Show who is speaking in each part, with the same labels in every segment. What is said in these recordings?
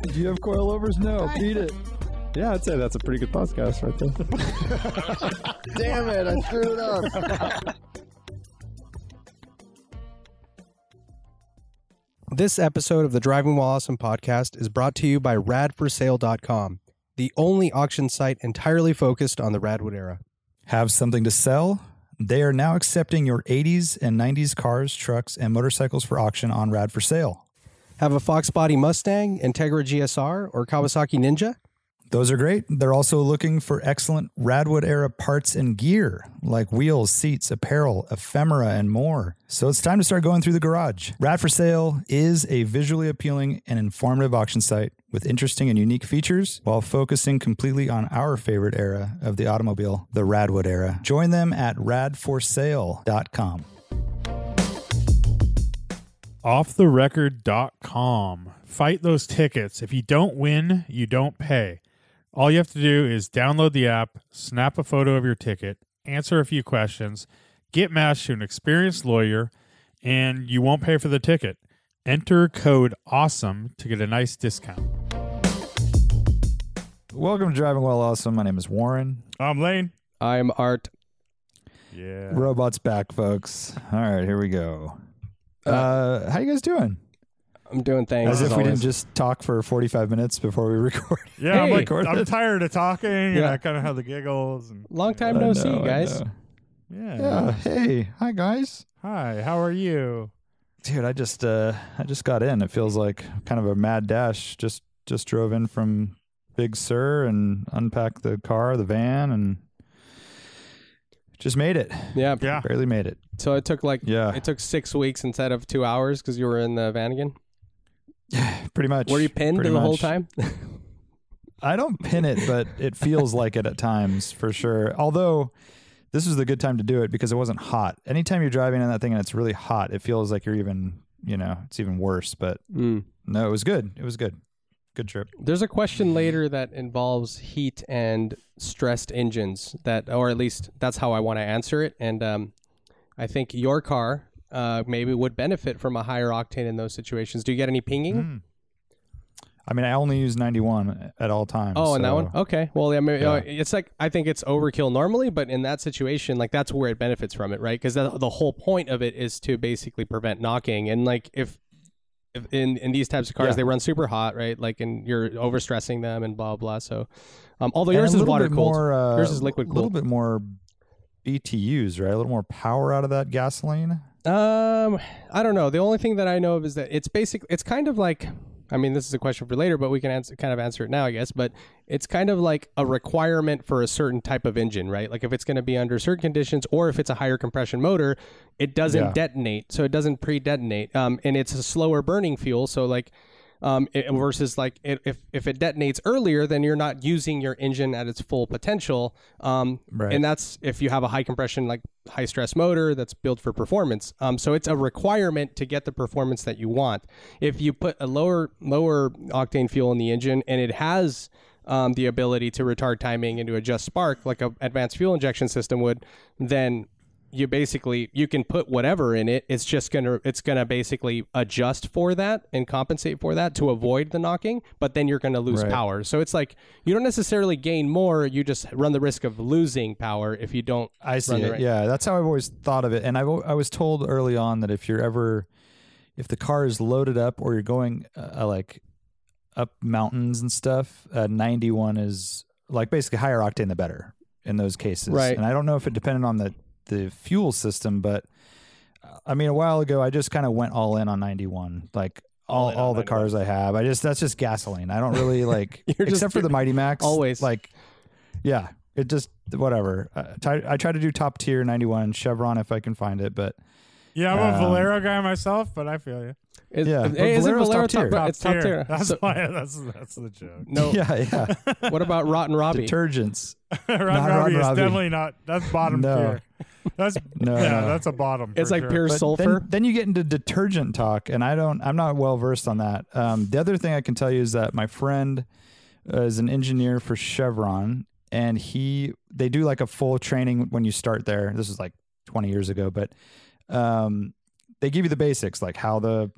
Speaker 1: Do you have coilovers? No, beat it. Yeah, I'd say that's a pretty good podcast right there.
Speaker 2: Damn it, I threw it up.
Speaker 3: This episode of the Driving While Awesome podcast is brought to you by radforsale.com, the only auction site entirely focused on the Radwood era.
Speaker 4: Have something to sell? They are now accepting your 80s and 90s cars, trucks, and motorcycles for auction on Rad for Sale.
Speaker 3: Have a Fox Body Mustang, Integra GSR, or Kawasaki Ninja?
Speaker 4: Those are great. They're also looking for excellent Radwood era parts and gear like wheels, seats, apparel, ephemera, and more. So it's time to start going through the garage. Rad for Sale is a visually appealing and informative auction site with interesting and unique features while focusing completely on our favorite era of the automobile, the Radwood era. Join them at radforsale.com.
Speaker 5: Offtherecord.com. Fight those tickets. If you don't win, you don't pay. All you have to do is download the app, snap a photo of your ticket, answer a few questions, get matched to an experienced lawyer, and you won't pay for the ticket. Enter code AWESOME to get a nice discount.
Speaker 4: Welcome to Driving While Awesome. My name is Warren.
Speaker 5: I'm Lane.
Speaker 3: I'm Art.
Speaker 5: Yeah.
Speaker 4: Robot's back, folks. All right, here we go. Uh, how you guys doing?
Speaker 3: I'm doing things.
Speaker 4: As if we didn't just talk for 45 minutes before we record.
Speaker 5: Yeah, I'm
Speaker 3: Hey.
Speaker 5: like I'm tired of talking, and
Speaker 3: Yeah.
Speaker 5: I kind of have the giggles. And,
Speaker 3: Long time
Speaker 4: I
Speaker 3: no see,
Speaker 4: know, I
Speaker 3: guys.
Speaker 4: know.
Speaker 5: yeah.
Speaker 4: Yeah. Hey. Hi, guys.
Speaker 5: Hi, how are you?
Speaker 4: Dude, I just uh I just got in. It feels like kind of a mad dash. Just just drove in from Big Sur and unpacked the car, the van, and just made it.
Speaker 3: Yeah.
Speaker 5: Yeah.
Speaker 4: Barely made it.
Speaker 3: So it took like
Speaker 4: Yeah.
Speaker 3: it took six weeks instead of two hours because you were in uh, the van again.
Speaker 4: Pretty much.
Speaker 3: Were you pinned
Speaker 4: pretty
Speaker 3: the whole
Speaker 4: much.
Speaker 3: time?
Speaker 4: I don't pin it, but it feels like it at times for sure. Although this was the good time to do it because it wasn't hot. Anytime you're driving in that thing and it's really hot, it feels like you're even, you know, it's even worse. But
Speaker 3: Mm.
Speaker 4: no, it was good. It was good. Good trip.
Speaker 3: There's a question later that involves heat and stressed engines. That, or at least that's how I want to answer it. And um, I think your car uh, maybe would benefit from a higher octane in those situations. Do you get any pinging?
Speaker 4: I mean, I only use 91 at all times.
Speaker 3: Oh, and that
Speaker 4: so-
Speaker 3: one. Okay. Well, yeah, maybe,
Speaker 4: Yeah.
Speaker 3: uh, it's like I think it's overkill normally, but in that situation, like that's where it benefits from it, right? Because the, the whole point of it is to basically prevent knocking. And like if, if in in these types of cars,
Speaker 4: Yeah.
Speaker 3: they run super hot, right? Like and you're overstressing them and blah blah. So, um, although
Speaker 4: And
Speaker 3: yours
Speaker 4: a
Speaker 3: is
Speaker 4: little
Speaker 3: water
Speaker 4: bit
Speaker 3: cooled,
Speaker 4: more, uh,
Speaker 3: Yours is liquid
Speaker 4: A little
Speaker 3: cooled.
Speaker 4: bit more BTUs, right? A little more power out of that gasoline.
Speaker 3: Um, I don't know. The only thing that I know of is that it's basic. It's kind of like, I mean, this is a question for later, but we can answer, kind of answer it now, I guess. But it's kind of like a requirement for a certain type of engine, right? Like if it's going to be under certain conditions, or if it's a higher compression motor, it doesn't
Speaker 4: Yeah.
Speaker 3: detonate, so it doesn't pre-detonate. Um, and it's a slower burning fuel, so like. Um, it, versus like it, if if it detonates earlier, then you're not using your engine at its full potential. Um,
Speaker 4: Right.
Speaker 3: and that's if you have a high compression, like high stress motor that's built for performance. Um, so it's a requirement to get the performance that you want. If you put a lower lower octane fuel in the engine and it has um, the ability to retard timing and to adjust spark like a advanced fuel injection system would, then you basically you can put whatever in it it's just gonna it's gonna basically adjust for that and compensate for that to avoid the knocking but then you're gonna lose
Speaker 4: Right.
Speaker 3: power so it's like you don't necessarily gain more you just run the risk of losing power if you don't
Speaker 4: I see
Speaker 3: run the
Speaker 4: it.
Speaker 3: right-
Speaker 4: Yeah, that's how I've always thought of it. And I've, al- I was told early on that if you're ever, if the car is loaded up or you're going uh, like up mountains and stuff, uh, 91 is like basically higher octane the better in those cases.
Speaker 3: Right.
Speaker 4: And I don't know if it depended on the the fuel system, but uh, I mean, a while ago I just kind of went all in on 91, like. All, all the cars I have, I just that's just gasoline. I don't really like,
Speaker 3: You're just-
Speaker 4: except for the Mighty Max.
Speaker 3: Always.
Speaker 4: like yeah, it just whatever. Uh, ti- I try to do top tier 91 Chevron if I can find it, but
Speaker 5: Yeah, I'm a
Speaker 4: Um,
Speaker 5: Valero guy myself, but I feel you.
Speaker 3: Is,
Speaker 1: Yeah,
Speaker 3: uh,
Speaker 1: but
Speaker 3: hey, isn't
Speaker 1: Valero's
Speaker 3: Valero
Speaker 1: top tier.
Speaker 3: It's top tier.
Speaker 5: That's
Speaker 3: So-
Speaker 5: why. That's that's the joke.
Speaker 3: no.
Speaker 4: Yeah, yeah.
Speaker 3: What about Rotten Robbie?
Speaker 4: Detergents.
Speaker 5: Ron
Speaker 4: Not Ron
Speaker 5: Robbie is
Speaker 4: Robbie.
Speaker 5: definitely not. That's bottom
Speaker 4: No.
Speaker 5: tier. That's
Speaker 4: No,
Speaker 5: yeah.
Speaker 4: no.
Speaker 5: That's a bottom.
Speaker 3: it's
Speaker 5: for
Speaker 3: like
Speaker 5: sure.
Speaker 3: pure
Speaker 4: But
Speaker 3: sulfur.
Speaker 4: Then, then you get into detergent talk, and I don't. I'm not well versed on that. Um, the other thing I can tell you is that my friend uh, is an engineer for Chevron, and he they do like a full training when you start there. This is like 20 years ago, but um, they give you the basics, like how the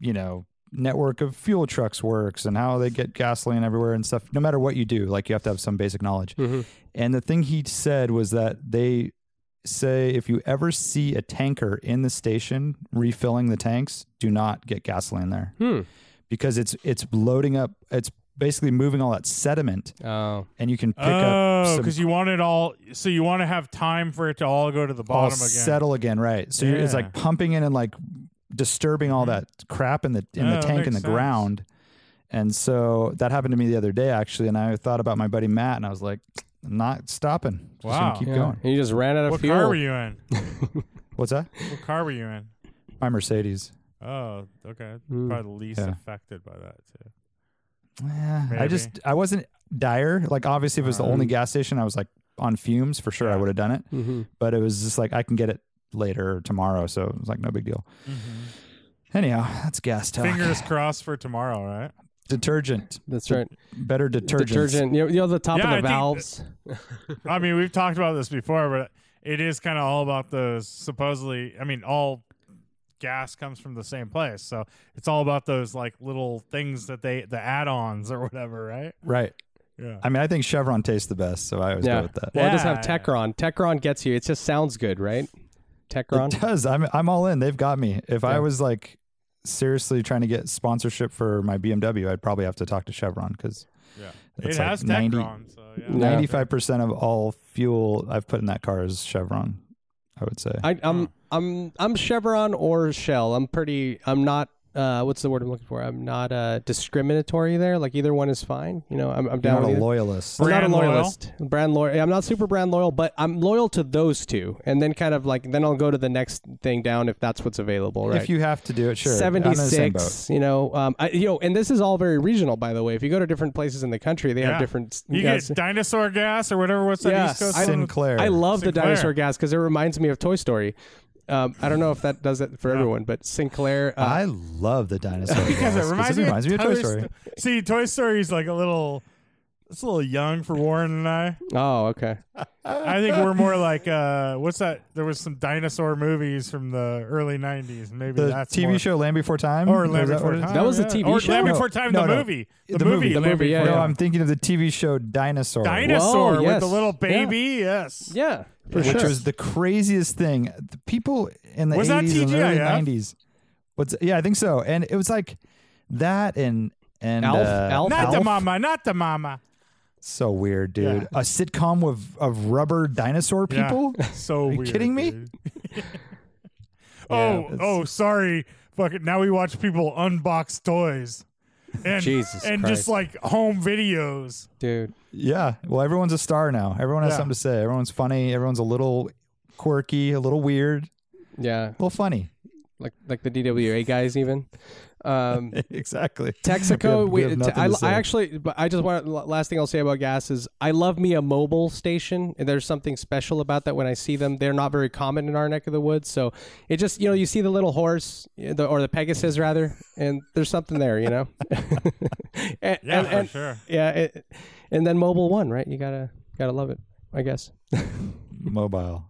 Speaker 4: you know network of fuel trucks works and how they get gasoline everywhere and stuff. No matter what you do, like you have to have some basic knowledge.
Speaker 3: Mhm.
Speaker 5: Mm-hmm.
Speaker 4: And the thing he said was that they say if you ever see a tanker in the station refilling the tanks, do not get gasoline there
Speaker 3: Hmm.
Speaker 4: because it's it's loading up. It's basically moving all that sediment,
Speaker 3: Oh,
Speaker 4: and you can pick up
Speaker 5: Oh,
Speaker 4: some
Speaker 5: because you want it all. So you want to have time for it to all go to the
Speaker 4: all
Speaker 5: bottom again.
Speaker 4: settle again, right? So you it's
Speaker 5: Yeah. Mm-hmm.
Speaker 4: like pumping in and like disturbing all that crap in the in
Speaker 5: Oh,
Speaker 4: the tank in
Speaker 5: makes
Speaker 4: the
Speaker 5: sense.
Speaker 4: ground. And so that happened to me the other day actually, and I thought about my buddy Matt, and I was like, I'm not stopping. Just
Speaker 5: Wow.
Speaker 4: gonna keep
Speaker 3: yeah.
Speaker 4: going.
Speaker 3: And you just ran out of
Speaker 5: What
Speaker 3: fuel.
Speaker 5: car were you in?
Speaker 4: What's that?
Speaker 5: What car were you in?
Speaker 4: My Mercedes.
Speaker 5: Oh, okay.
Speaker 3: Mm.
Speaker 5: Probably the least
Speaker 4: Yeah.
Speaker 5: affected by that too.
Speaker 4: Yeah, I
Speaker 5: Maybe. Um,
Speaker 4: just I wasn't dire. Like obviously, if it was the only gas station, I was like on fumes for sure. I
Speaker 5: Yeah.
Speaker 4: would have done it,
Speaker 3: Mhm.
Speaker 4: but it was just like I can get it later or tomorrow, so it was like no big deal. Anyhow, that's gas talk.
Speaker 5: Mm-hmm. Fingers crossed for tomorrow, right?
Speaker 4: Detergent,
Speaker 3: That's right.
Speaker 4: better detergent.
Speaker 3: Detergent. You know, you know the top
Speaker 5: Yeah, I
Speaker 3: of
Speaker 5: think
Speaker 3: the valves.
Speaker 5: I mean, we've talked about this before, but it is kind of all about those supposedly. I mean, all gas comes from the same place, so it's all about those like little things that they the add-ons or whatever, right?
Speaker 4: Right.
Speaker 5: Yeah.
Speaker 4: I mean, I think Chevron tastes the best, so I always
Speaker 3: yeah.
Speaker 4: go with that.
Speaker 3: Well, I just have
Speaker 5: Yeah, yeah.
Speaker 3: Tecron. Tecron gets you. It just sounds good, right? Tecron.
Speaker 4: It does. I'm I'm all in. They've got me. If
Speaker 3: Yeah.
Speaker 4: I was like seriously trying to get sponsorship for my BMW, I'd probably have to talk to Chevron because
Speaker 5: yeah. It
Speaker 4: it's like
Speaker 5: has
Speaker 4: 90
Speaker 5: Tecron, so yeah.
Speaker 3: Yeah.
Speaker 4: ninety five percent of all fuel I've put in that car is Chevron. I would say.
Speaker 3: I, I'm I'm I'm Chevron or Shell. I'm pretty. I'm not. Uh, what's the word I'm looking for? I'm not uh, discriminatory there. Like either one is fine. You know, I'm, I'm
Speaker 4: You're
Speaker 3: down
Speaker 4: not
Speaker 3: with
Speaker 4: a
Speaker 3: either.
Speaker 4: loyalist.
Speaker 3: I'm not a
Speaker 5: Brand loyal?
Speaker 3: loyalist. Brand loyal. I'm not super brand loyal, but I'm loyal to those two. And then kind of like then I'll go to the next thing down if that's what's available. Right.
Speaker 4: If you have to do it, sure. I'm in the same boat.
Speaker 3: 76 you know um I, you know and this is all very regional by the way if you go to different places in the country they
Speaker 5: Yeah.
Speaker 3: have different
Speaker 5: You
Speaker 3: gas-
Speaker 5: get dinosaur gas or whatever. What's that
Speaker 3: Yeah,
Speaker 5: East Coast?
Speaker 3: I-
Speaker 5: one?
Speaker 4: Sinclair.
Speaker 3: i love the
Speaker 5: Sinclair.
Speaker 3: dinosaur gas because it reminds me of toy story um i don't know if that does it for everyone but sinclair uh,
Speaker 4: I love the dinosaur
Speaker 5: because
Speaker 4: gas,
Speaker 5: it reminds,
Speaker 4: it reminds
Speaker 5: me,
Speaker 4: me of Toy
Speaker 5: Sto-
Speaker 4: Story.
Speaker 5: See, Toy Story's like a little. It's a little young for Warren and I.
Speaker 3: oh okay
Speaker 5: I think we're more like uh, what's that? There was some dinosaur movies from the early '90s. Maybe
Speaker 4: The
Speaker 5: that's
Speaker 4: TV
Speaker 5: more-
Speaker 4: show Land Before Time,
Speaker 5: or
Speaker 4: Is
Speaker 5: Land
Speaker 4: that
Speaker 5: Before
Speaker 4: what it is?
Speaker 5: Time.
Speaker 3: That was the
Speaker 5: yeah.
Speaker 3: TV
Speaker 5: or
Speaker 3: show?
Speaker 5: Land Before Time,
Speaker 4: No,
Speaker 5: the
Speaker 4: no.
Speaker 5: movie,
Speaker 4: The movie. The
Speaker 5: Land
Speaker 3: movie, yeah,
Speaker 5: Before
Speaker 4: No,
Speaker 5: Time.
Speaker 4: I'm thinking of the TV show Dinosaur,
Speaker 5: dinosaur
Speaker 3: Whoa,
Speaker 5: with
Speaker 3: yes.
Speaker 5: the little
Speaker 3: Yeah.
Speaker 5: baby. Yes.
Speaker 3: yeah for
Speaker 4: which
Speaker 3: sure
Speaker 4: was the craziest thing. The people in the
Speaker 5: Was that
Speaker 4: 80s and early
Speaker 5: TGIF?
Speaker 4: 90s. What's yeah, I think so. And it was like that and and
Speaker 3: Alf?
Speaker 4: uh,
Speaker 3: Alf?
Speaker 5: Not the
Speaker 4: Alf.
Speaker 5: mama. Not the mama.
Speaker 4: So weird, dude. A sitcom with of rubber dinosaur
Speaker 5: Yeah.
Speaker 4: people.
Speaker 5: So
Speaker 4: you
Speaker 5: weird,
Speaker 4: kidding me?
Speaker 5: dude. oh,
Speaker 4: it's-
Speaker 5: oh, sorry. Fuck it. Now we watch people unbox toys. And,
Speaker 3: Jesus
Speaker 5: and just
Speaker 3: Christ.
Speaker 5: like home videos.
Speaker 3: dude
Speaker 4: Yeah. Well, everyone's a star now. Everyone has
Speaker 5: Yeah.
Speaker 4: something to say. Everyone's funny. Everyone's a little quirky, a little weird, a
Speaker 3: yeah
Speaker 4: little funny.
Speaker 3: like like the dwa guys even um
Speaker 4: exactly.
Speaker 3: Texaco,
Speaker 4: We
Speaker 3: we
Speaker 4: have- we have nothing
Speaker 3: I,
Speaker 4: to say.
Speaker 3: I actually, but I just want l- last thing I'll say about gas is I love me a mobile station, and there's something special about that when I see them. They're not very common in our neck of the woods, so it just you know you see the little horse you know, the, or the Pegasus rather, and there's something there, you know. And-
Speaker 5: Yeah,
Speaker 3: and-
Speaker 5: for
Speaker 3: and-
Speaker 5: sure.
Speaker 3: Yeah, it, and then mobile one, right? You gotta gotta love it, I guess.
Speaker 4: Mobile.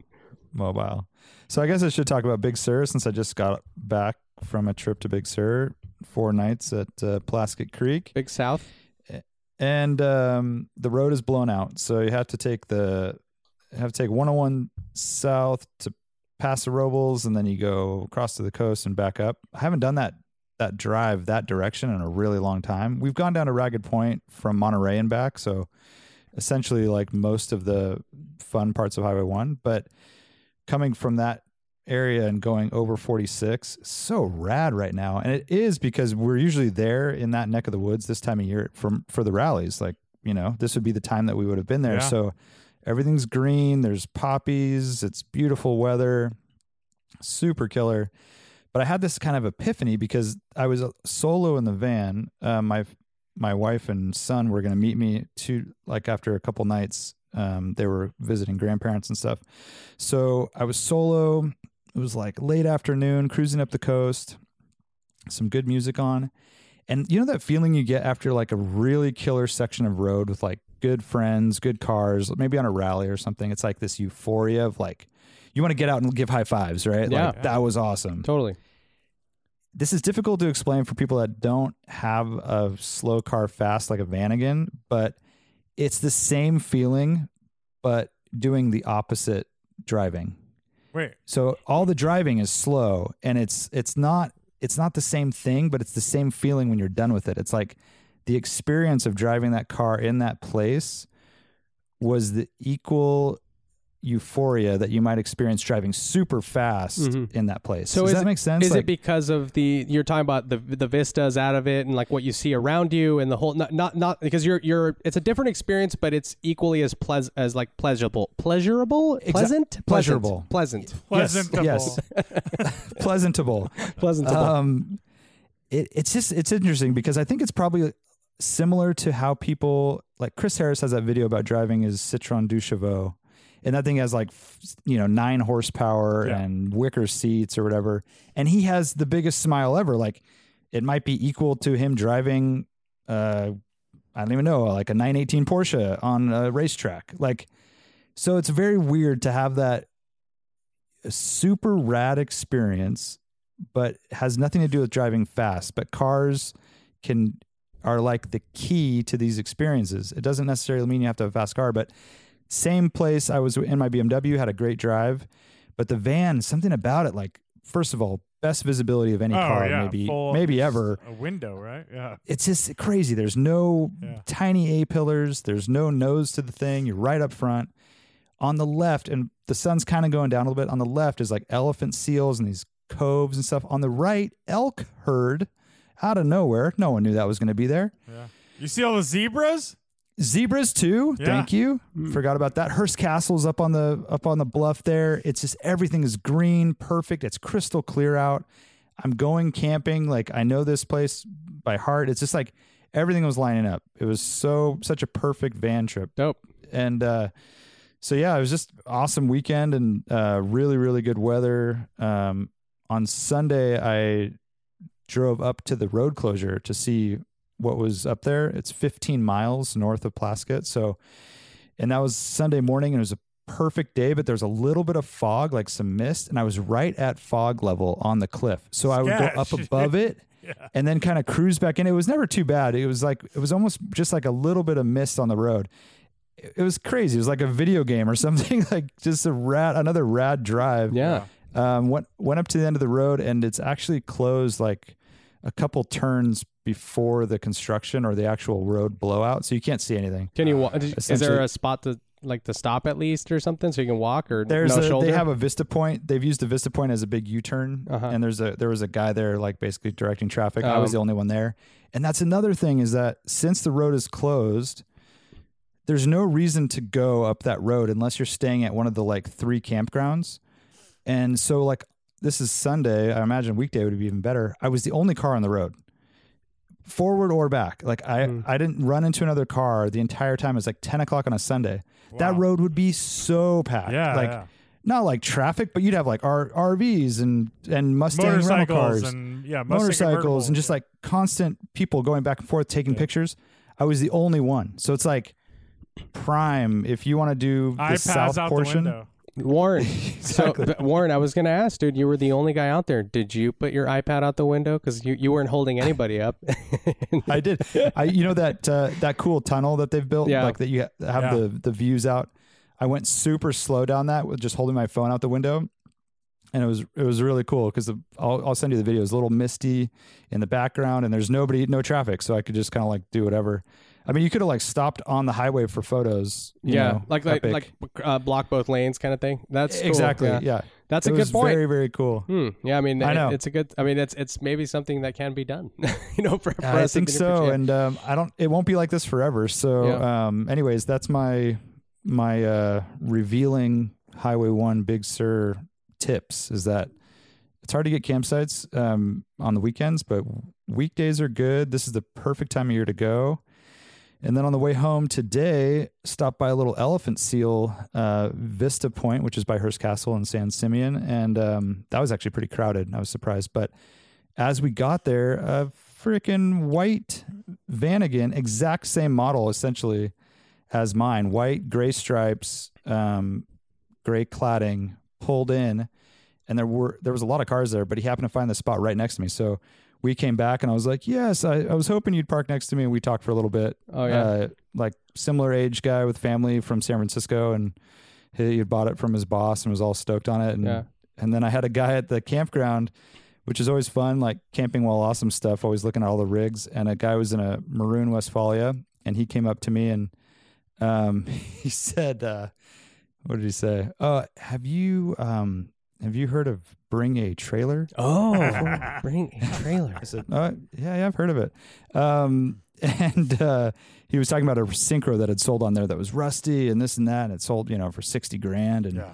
Speaker 4: Mobile. So I guess I should talk about Big Sur since I just got back from a trip to Big Sur, four nights at uh, Plaskett Creek.
Speaker 3: Big South.
Speaker 4: and um, the road is blown out, so you have to take the have to take 101 south to Paso Robles, and then you go across to the coast and back up. I haven't done that that drive that direction in a really long time. We've gone down to Ragged Point from Monterey and back, so essentially like most of the fun parts of Highway One. But coming from that area and going over 46 so rad right now and it is because we're usually there in that neck of the woods this time of year from for the rallies like you know this would be the time that we would have been there
Speaker 5: Yeah.
Speaker 4: so everything's green there's poppies it's beautiful weather super killer But I had this kind of epiphany because I was uh, solo in the van. Uh, my my wife and son were going to meet me to like after a couple nights. Um, they were visiting grandparents and stuff. So I was solo. It was like late afternoon, cruising up the coast. Some good music on, and you know that feeling you get after like a really killer section of road with like good friends, good cars, maybe on a rally or something. It's like this euphoria of like you want to get out and give high fives, right?
Speaker 3: Yeah.
Speaker 4: Like that was awesome.
Speaker 3: Totally.
Speaker 4: This is difficult to explain for people that don't have a slow car fast like a Vanagon, but it's the same feeling but doing the opposite driving.
Speaker 5: Wait,
Speaker 4: So all the driving is slow and it's it's not it's not the same thing, but it's the same feeling when you're done with it. It's like the experience of driving that car in that place was the equal euphoria that you might experience driving super fast
Speaker 3: Mhm.
Speaker 4: in that place.
Speaker 3: So
Speaker 4: Does
Speaker 3: is
Speaker 4: that
Speaker 3: it-
Speaker 4: make sense?
Speaker 3: Is
Speaker 4: Like-
Speaker 3: it because of the you're talking about the the vistas out of it and like what you see around you and the whole not not, not because you're you're it's a different experience but it's equally as pleas as like pleasurable pleasurable
Speaker 4: Exa-
Speaker 3: pleasant
Speaker 4: pleasurable.
Speaker 3: pleasant
Speaker 5: pleasant.
Speaker 4: yes. pleasantable.
Speaker 3: pleasant
Speaker 4: Um, it, it's just it's interesting because I think it's probably similar to how people like Chris Harris has that video about driving his Citroen Duchevaux, and that thing has like f- you know nine horsepower
Speaker 5: Yeah.
Speaker 4: and wicker seats or whatever, and he has the biggest smile ever. Like it might be equal to him driving, uh, I don't even know, like a 918 Porsche on a racetrack. Like so, it's very weird to have that super rad experience but has nothing to do with driving fast. But cars can are like the key to these experiences. It doesn't necessarily mean you have to have a fast car, but same place I was in my BMW had a great drive, but the van something about it like first of all best visibility of any
Speaker 5: Oh
Speaker 4: car
Speaker 5: yeah,
Speaker 4: maybe
Speaker 5: full-
Speaker 4: maybe ever.
Speaker 5: A window, right? Yeah.
Speaker 4: It's just crazy. There's no
Speaker 5: Yeah.
Speaker 4: tiny A pillars. There's no nose to the thing. You're right up front. On the left, and the sun's kind of going down a little bit. On the left is like elephant seals and these coves and stuff. On the right, elk herd out of nowhere. No one knew that was going to be there.
Speaker 5: You see all the zebras?
Speaker 4: Zebras too.
Speaker 5: Yeah.
Speaker 4: Thank you. Forgot about that. Hearst Castle's up on the up on the bluff there. It's just everything is green, perfect. It's crystal clear out. I'm going camping. Like I know this place by heart. It's just like everything was lining up. It was so such a perfect van trip.
Speaker 3: dope
Speaker 4: And uh so yeah, it was just awesome weekend and uh really, really good weather. Um on Sunday I drove up to the road closure to see what was up there. It's 15 miles north of Plaskett. So, and that was Sunday morning and it was a perfect day, but there's a little bit of fog, like some mist. And I was right at fog level on the cliff. So I would go up
Speaker 5: Sketch.
Speaker 4: above it and then kind of cruise back in. It was never too bad. It was like, it was almost just like a little bit of mist on the road. It it was crazy. It was like a video game or something, like just a rad, another rad drive
Speaker 3: yeah
Speaker 4: um, went went up to the end of the road, and it's actually closed like a couple turns before the construction or the actual road blowout, so you can't see anything.
Speaker 3: can you walk is there
Speaker 4: Essentially-
Speaker 3: a spot to like to stop at least or something so you can walk or
Speaker 4: There's
Speaker 3: no
Speaker 4: a,
Speaker 3: shoulder
Speaker 4: they have a vista point. They've used a vista point as a big U-turn,
Speaker 3: Uh-huh.
Speaker 4: and there's a there was a guy there like basically directing traffic. I was
Speaker 3: Um,
Speaker 4: the only one there, and that's another thing is that since the road is closed, there's no reason to go up that road unless you're staying at one of the like three campgrounds, and so like this is Sunday. I imagine weekday would be even better. I was the only car on the road. Forward or back, like I,
Speaker 5: Hmm.
Speaker 4: I didn't run into another car the entire time. It was like ten o'clock on a Sunday. That
Speaker 5: Wow.
Speaker 4: road would be so packed,
Speaker 5: Yeah.
Speaker 4: like
Speaker 5: yeah.
Speaker 4: not like traffic, but you'd have like R- RVs and and Mustang rental
Speaker 5: motorcycles
Speaker 4: cars,
Speaker 5: and yeah, Mustang
Speaker 4: motorcycles, and just
Speaker 5: convertibles.
Speaker 4: like constant people going back and forth taking pictures. I was the only one, so it's like prime if you want to do the
Speaker 5: iPads
Speaker 4: south
Speaker 5: out
Speaker 4: portion.
Speaker 5: the window.
Speaker 3: Warren so, but Warren I was gonna ask dude you were the only guy out there did you put your iPad out the window because you, you weren't holding anybody up
Speaker 4: I did. I you know that uh, that cool tunnel that they've built,
Speaker 3: Yeah.
Speaker 4: like that you ha- have
Speaker 5: Yeah.
Speaker 4: the the views out. I went super slow down that with just holding my phone out the window, and it was it was really cool because I'll I'll send you the video. It's a little misty in the background, and there's nobody, no traffic, so I could just kind of like do whatever. I mean, you could have like stopped on the highway for photos. you
Speaker 3: yeah
Speaker 4: know,
Speaker 3: like like
Speaker 4: epic.
Speaker 3: like uh, block both lanes kind of thing that's cool.
Speaker 4: exactly. Yeah,
Speaker 3: That's
Speaker 4: It
Speaker 3: a good
Speaker 4: was
Speaker 3: point.
Speaker 4: Very very cool.
Speaker 3: Hmm. Yeah, I mean,
Speaker 4: I
Speaker 3: it-
Speaker 4: know.
Speaker 3: it's a good. I mean, it's it's maybe something that can be done. you know, for, for
Speaker 4: I
Speaker 3: us in the
Speaker 4: think so,
Speaker 3: future.
Speaker 4: and um, I don't. It won't be like this forever. So,
Speaker 3: Yeah.
Speaker 4: um, anyways, that's my my uh, revealing Highway One Big Sur tips. Is that It's hard to get campsites um, on the weekends, but weekdays are good. This is the perfect time of year to go. And then on the way home today, stopped by a little elephant seal uh, vista point, which is by Hearst Castle in San Simeon, and um, that was actually pretty crowded. I was surprised, but as we got there, a freaking white Vanagon, exact same model essentially as mine, white gray stripes, um, gray cladding, pulled in, and there were there was a lot of cars there, but he happened to find the spot right next to me, so. We came back and I was like, "Yes, I, I was hoping you'd park next to me." And we talked for a little bit,
Speaker 3: Oh yeah.
Speaker 4: uh, like similar age guy with family from San Francisco, and he had bought it from his boss and was all stoked on it. And
Speaker 3: Yeah.
Speaker 4: and then I had a guy at the campground, which is always fun, like camping while awesome stuff, always looking at all the rigs. And a guy was in a maroon Westphalia, and he came up to me and um, he said, uh, "What did he say? Uh, have you um, have you heard of Bring a Trailer?"
Speaker 3: oh, bring a trailer.
Speaker 4: I said, "Uh, yeah, yeah, I've heard of it. Um, and uh, he was talking about a synchro that had sold on there that was rusty and this and that, and it sold, you know, for 60 grand. And
Speaker 5: Yeah.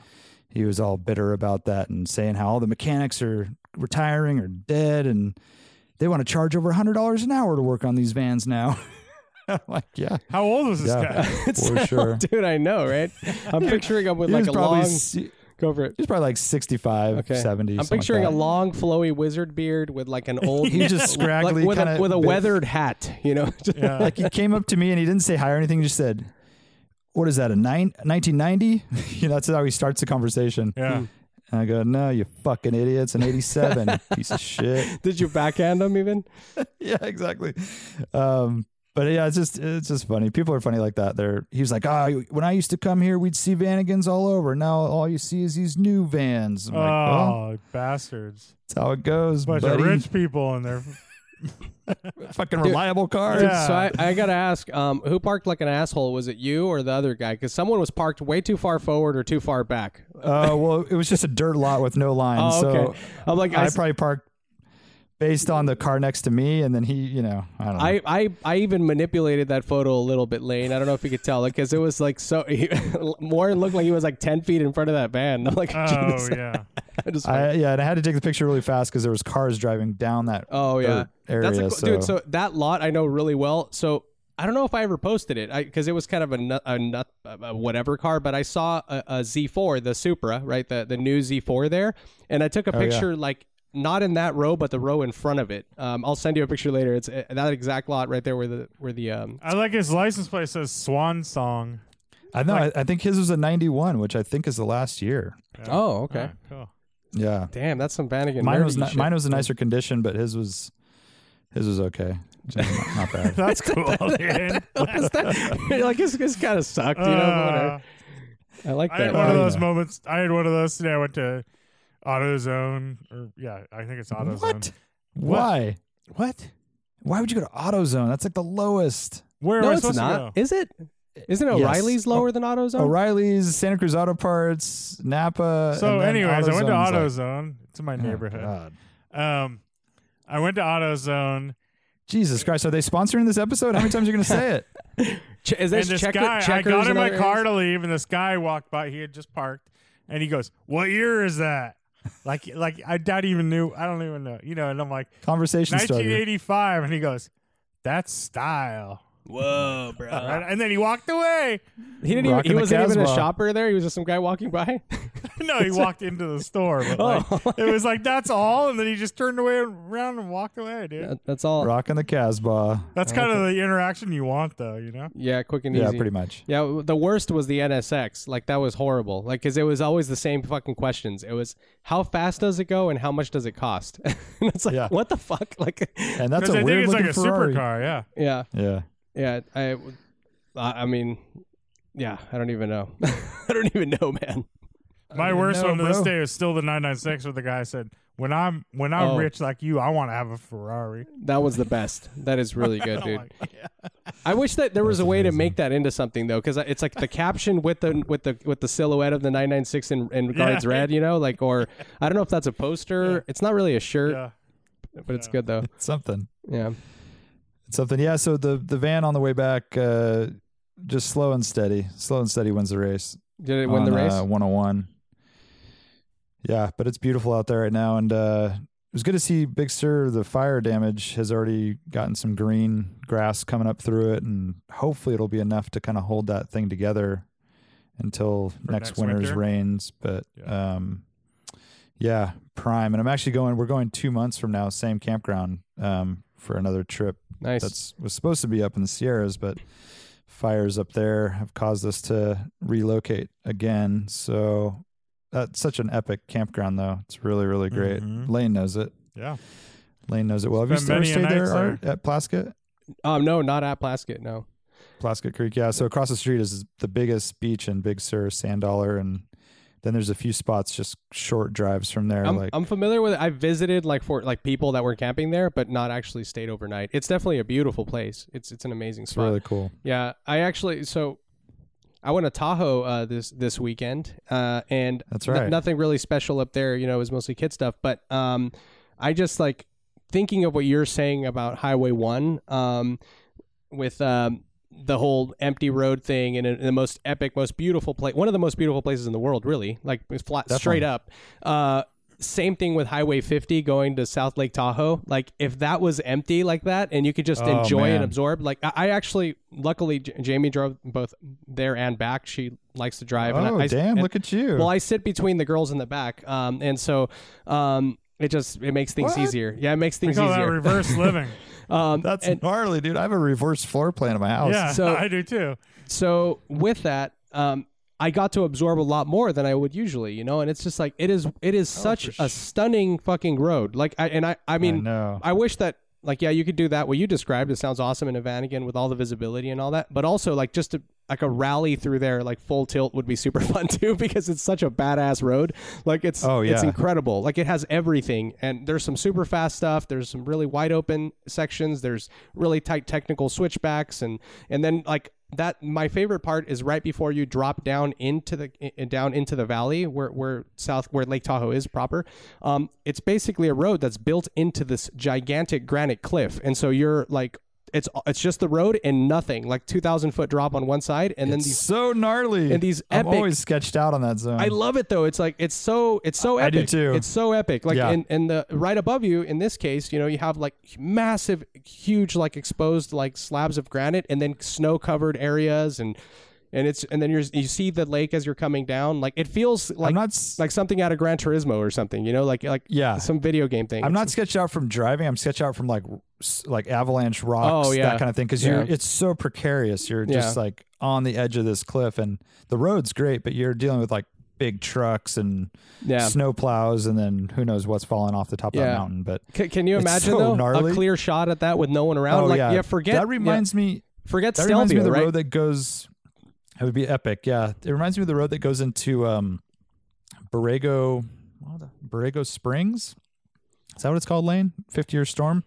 Speaker 4: he was all bitter about that and saying how all the mechanics are retiring or dead and they want to charge over $100 an hour to work on these vans now. I'm like, yeah,
Speaker 5: How old is this
Speaker 4: Yeah.
Speaker 5: guy?
Speaker 4: for sure.
Speaker 3: Dude, I know, right? I'm picturing him with
Speaker 4: He
Speaker 3: like
Speaker 4: was
Speaker 3: a
Speaker 4: probably
Speaker 3: long.
Speaker 4: se-
Speaker 3: Go for it.
Speaker 4: he was probably like 65,
Speaker 3: Okay.
Speaker 4: 70.
Speaker 3: I'm
Speaker 4: something like
Speaker 3: picturing
Speaker 4: that.
Speaker 3: a long, flowy wizard beard with like an old.
Speaker 4: He was just scraggly,
Speaker 3: like with a
Speaker 4: kinda
Speaker 3: with a
Speaker 4: big.
Speaker 3: weathered hat. You know,
Speaker 5: Yeah.
Speaker 4: like he came up to me and he didn't say hi or anything. He just said, "What is that? A nine, 1990?" you know, that's how he starts the conversation.
Speaker 5: Yeah.
Speaker 4: And I go, "No, you fucking idiot! It's an '87, piece of shit."
Speaker 3: Did you backhand him even?
Speaker 4: Yeah, exactly. Um, but yeah, it's just it's just funny. People are funny like that. They're he was like, "Ah, when I used to come here, we'd see Vanagons all over. Now all you see is these new vans." I'm
Speaker 5: Oh,
Speaker 4: like, well,
Speaker 5: bastards.
Speaker 4: that's how it goes,
Speaker 5: Bunch
Speaker 4: buddy.
Speaker 5: of rich people in there.
Speaker 4: fucking reliable cars.
Speaker 5: Yeah.
Speaker 3: So I, I gotta ask, um, who parked like an asshole? Was it you or the other guy? Because someone was parked way too far forward or too far back.
Speaker 4: Uh, well, it was just a dirt lot with no lines.
Speaker 3: Oh, okay.
Speaker 4: So
Speaker 3: I'm like, I,
Speaker 4: I
Speaker 3: s-
Speaker 4: probably parked based on the car next to me, and then he, you know, I don't know.
Speaker 3: I, I, I even manipulated that photo a little bit, Lane. I don't know if you could tell, because it was like so. He, Warren looked like he was like ten feet in front of that van. I'm like,
Speaker 5: Oh,
Speaker 3: Jesus.
Speaker 5: yeah.
Speaker 3: I just-
Speaker 4: I- yeah, and I had to take the picture really fast because there was cars driving down that.
Speaker 3: Oh yeah,
Speaker 4: dirt area.
Speaker 3: That's a
Speaker 4: so,
Speaker 3: cool, dude. So that lot I know really well. So I don't know if I ever posted it because it was kind of a nut, a nut, a whatever car, but I saw a, a Z4, the Supra, right, the the new Z4 there, and I took a
Speaker 4: yeah.
Speaker 3: picture like not in that row, but the row in front of it. Um, I'll send you a picture later. It's uh, that exact lot right there where the where the um.
Speaker 5: I like his license plate says Swan Song.
Speaker 4: I know. I, I think his was a '91, which I think is the last year.
Speaker 3: Oh, okay.
Speaker 5: Alright, cool.
Speaker 4: Yeah,
Speaker 3: Damn, that's some Vanagon.
Speaker 4: mine was
Speaker 3: nerdy
Speaker 4: ni-
Speaker 3: shit.
Speaker 4: mine was a nicer condition, but his was his was okay. Not, not bad.
Speaker 5: That's cool. dude.
Speaker 3: What's that? like it's, it's kind of sucked, you know.
Speaker 5: Uh,
Speaker 3: but whatever. I like
Speaker 5: I had
Speaker 3: that.
Speaker 5: one of
Speaker 4: Oh,
Speaker 5: those
Speaker 4: yeah.
Speaker 5: moments. I had one of those today. I went to AutoZone, or yeah, I think it's AutoZone.
Speaker 4: What? Why?
Speaker 5: What?
Speaker 4: Why would you go to AutoZone? That's like the lowest.
Speaker 5: Where
Speaker 3: no,
Speaker 5: am I
Speaker 3: it's
Speaker 5: supposed
Speaker 3: not.
Speaker 5: to go?
Speaker 3: Is it? Isn't
Speaker 4: Yes.
Speaker 3: O'Reilly's lower than AutoZone?
Speaker 4: O'Reilly's, Santa Cruz Auto Parts, Napa.
Speaker 5: So,
Speaker 4: and then
Speaker 5: anyways, I went to
Speaker 4: AutoZone's like-
Speaker 5: AutoZone. it's in my
Speaker 4: Oh,
Speaker 5: neighborhood.
Speaker 4: God.
Speaker 5: um, I went to AutoZone.
Speaker 4: Jesus Christ, are they sponsoring this episode? How many times are you going to say it?
Speaker 3: Ch- is this
Speaker 5: and this
Speaker 3: checker,
Speaker 5: guy, I
Speaker 3: checkers
Speaker 5: got in
Speaker 3: and
Speaker 5: my
Speaker 3: other
Speaker 5: car
Speaker 3: areas?
Speaker 5: to leave, and this guy walked by. He had just parked, and he goes, "What year is that?" Like, like I doubt he even knew. I don't even know, you know. And I'm like,
Speaker 4: Conversation starter.
Speaker 5: 1985, and he goes, "That's style."
Speaker 3: Whoa, bro!
Speaker 5: Right? And then he walked away.
Speaker 3: He didn't. Even,
Speaker 4: Rocking
Speaker 3: he
Speaker 4: the
Speaker 3: wasn't even a
Speaker 4: Casbah.
Speaker 3: shopper there. He was just some guy walking by.
Speaker 5: No, he walked into the store. But like,
Speaker 3: Oh.
Speaker 5: it was like that's all, and then he just turned away around and walked away, dude.
Speaker 3: That- That's all.
Speaker 4: Rocking the Casbah.
Speaker 5: That's kind of the interaction you want, though. You know,
Speaker 3: Yeah, quick and
Speaker 4: Yeah,
Speaker 3: easy.
Speaker 4: pretty much.
Speaker 3: Yeah, w- the worst was the NSX. Like that was horrible. Like because it was always the same fucking questions. It was how fast does it go and how much does it cost? and it's like
Speaker 4: Yeah.
Speaker 3: what the fuck? Like
Speaker 4: And that's
Speaker 5: because
Speaker 4: a
Speaker 5: I think
Speaker 4: weird
Speaker 5: it's like
Speaker 4: looking
Speaker 5: a
Speaker 4: Ferrari.
Speaker 5: supercar. Yeah,
Speaker 3: yeah, yeah.
Speaker 4: Yeah.
Speaker 3: I, I I mean, yeah. I don't even know. I don't even know, man.
Speaker 5: my
Speaker 4: don't
Speaker 5: worst
Speaker 4: know,
Speaker 5: one to this
Speaker 4: Uh, bro.
Speaker 5: day is still the 996, where the guy said, "When I'm when I'm
Speaker 3: Oh.
Speaker 5: rich like you, I want to have a Ferrari."
Speaker 3: That was the best. That is really good,
Speaker 5: I'm
Speaker 3: dude.
Speaker 5: like,
Speaker 3: I wish that there was a way to make that into something though, because it's like the caption with the with the with the silhouette of the 996 in, in regards red, you know, like or I don't know if that's a poster. It's not really a shirt,
Speaker 5: yeah.
Speaker 3: but it's good though.
Speaker 4: It's something.
Speaker 3: Yeah,
Speaker 4: It's something. Yeah, so the, the van on the way back, uh, just slow Oh, and steady. Slow and steady wins the race.
Speaker 3: did it win the
Speaker 4: on,
Speaker 3: race?
Speaker 4: Uh, 101. Yeah, but it's beautiful out there right now, and uh, it was good to see Big Sur. The fire damage has already gotten some green grass coming up through it, and hopefully it'll be enough to kind of hold that thing together until next,
Speaker 5: next
Speaker 4: winter's
Speaker 5: winter?
Speaker 4: rains. But
Speaker 5: Yeah.
Speaker 4: yeah. um, yeah, prime. And I'm actually going. We're going two months from now, same campground um, for another trip
Speaker 3: Nice.
Speaker 4: that's was supposed to be up in the Sierras, but fires up there have caused us to relocate again. So that's such an epic campground, though. It's really, really great.
Speaker 5: Mhm.
Speaker 4: Lane knows it.
Speaker 5: Yeah.
Speaker 4: Lane knows it well. Have you
Speaker 5: Spent
Speaker 4: ever
Speaker 5: many a
Speaker 4: stayed there,
Speaker 5: night
Speaker 4: Art, at Plaskett?
Speaker 3: um, no, not at Plaskett. No.
Speaker 4: Plaskett Creek, yeah. So across the street is the biggest beach in Big Sur, Sand Dollar, and then there's a few spots just short drives from there.
Speaker 3: I'm,
Speaker 4: like
Speaker 3: I'm familiar with it. I visited like for like people that were camping there, but not actually stayed overnight. It's definitely a beautiful place. It's it's an amazing
Speaker 4: it's
Speaker 3: spot.
Speaker 4: really cool.
Speaker 3: yeah, I actually so I went to Tahoe uh, this this weekend, uh, and
Speaker 4: That's
Speaker 3: no-
Speaker 4: right.
Speaker 3: nothing really special up there. You know, it was mostly kid stuff. But um, I just like thinking of what you're saying about Highway One, um, with um, the whole empty road thing, and in the most epic, most beautiful place, one of the most beautiful places in the world, really, like it's flat, straight up. Uh, same thing with Highway 50 going to South Lake Tahoe. Like if that was empty like that, and you could just
Speaker 4: Oh,
Speaker 3: enjoy
Speaker 4: man.
Speaker 3: and absorb. Like I, I actually, luckily, J- Jamie drove both there and back. She likes to drive. and I-
Speaker 4: oh
Speaker 3: I,
Speaker 4: damn!
Speaker 3: and-
Speaker 4: look at you.
Speaker 3: well, I sit between the girls in the back, um, and so um, it just it makes things
Speaker 4: What?
Speaker 3: easier. Yeah, it makes
Speaker 5: We
Speaker 3: things
Speaker 5: call that
Speaker 3: easier.
Speaker 5: reverse living.
Speaker 3: um,
Speaker 4: That's
Speaker 3: and
Speaker 4: gnarly, dude. I have a reverse floor plan of my house.
Speaker 5: yeah,
Speaker 3: So-
Speaker 5: I do too.
Speaker 3: so with that, um, I got to absorb a lot more than I would usually, you know. And it's just like it is it is
Speaker 4: Oh,
Speaker 3: such a stunning fucking road. Like I and I I mean
Speaker 4: know.
Speaker 3: I wish that like yeah you could do that what you described it sounds awesome in a van again with all the visibility and all that but also like just to like a rally through there like full tilt would be super fun too because it's such a badass road like it's
Speaker 4: Oh,
Speaker 3: it's
Speaker 4: yeah.
Speaker 3: incredible like it has everything and there's some super fast stuff there's some really wide open sections there's really tight technical switchbacks and and then like that my favorite part is right before you drop down into the i- down into the valley where where south where Lake Tahoe is proper. Um, it's basically a road that's built into this gigantic granite cliff, and so you're like it's it's just the road and nothing like two thousand foot drop on one side, and then
Speaker 4: It's
Speaker 3: these.
Speaker 4: so gnarly.
Speaker 3: and these
Speaker 4: I'm
Speaker 3: epic-
Speaker 4: always sketched out on that zone.
Speaker 3: I love it though. It's like it's so it's so
Speaker 4: I- I
Speaker 3: epic.
Speaker 4: do too.
Speaker 3: It's so epic. Like
Speaker 4: Yeah.
Speaker 3: and and the right above you in this case, you know, you have like massive, huge, like exposed like slabs of granite, and then snow covered areas, and and it's and then you're you see the lake as you're coming down. Like it feels like
Speaker 4: I'm not s-
Speaker 3: like something out of Gran Turismo or something. You know, like like
Speaker 4: Yeah.
Speaker 3: some video game thing.
Speaker 4: I'm not
Speaker 3: It's-
Speaker 4: sketched out from driving. I'm sketched out from like s- like avalanche rocks,
Speaker 3: Oh, yeah.
Speaker 4: that kind of thing. Because
Speaker 3: Yeah.
Speaker 4: you're it's so precarious. You're just
Speaker 3: Yeah.
Speaker 4: like on the edge of this cliff, and the road's great, but you're dealing with like big trucks and
Speaker 3: yeah.
Speaker 4: snow plows, and then who knows what's falling off the top of
Speaker 3: Yeah.
Speaker 4: that mountain. But
Speaker 3: Can, can you
Speaker 4: It's
Speaker 3: imagine
Speaker 4: so
Speaker 3: though
Speaker 4: gnarly.
Speaker 3: a clear shot at that with no one around?
Speaker 4: oh
Speaker 3: like
Speaker 4: yeah.
Speaker 3: forget
Speaker 4: that reminds me.
Speaker 3: yeah, forget
Speaker 4: That reminds me
Speaker 3: Stelvio,
Speaker 4: of the
Speaker 3: right?
Speaker 4: road that goes. It would be epic. Yeah, it reminds me of the road that goes into um, Borrego, what the- Borrego Springs. Is that what it's called? Lane fifty year storm,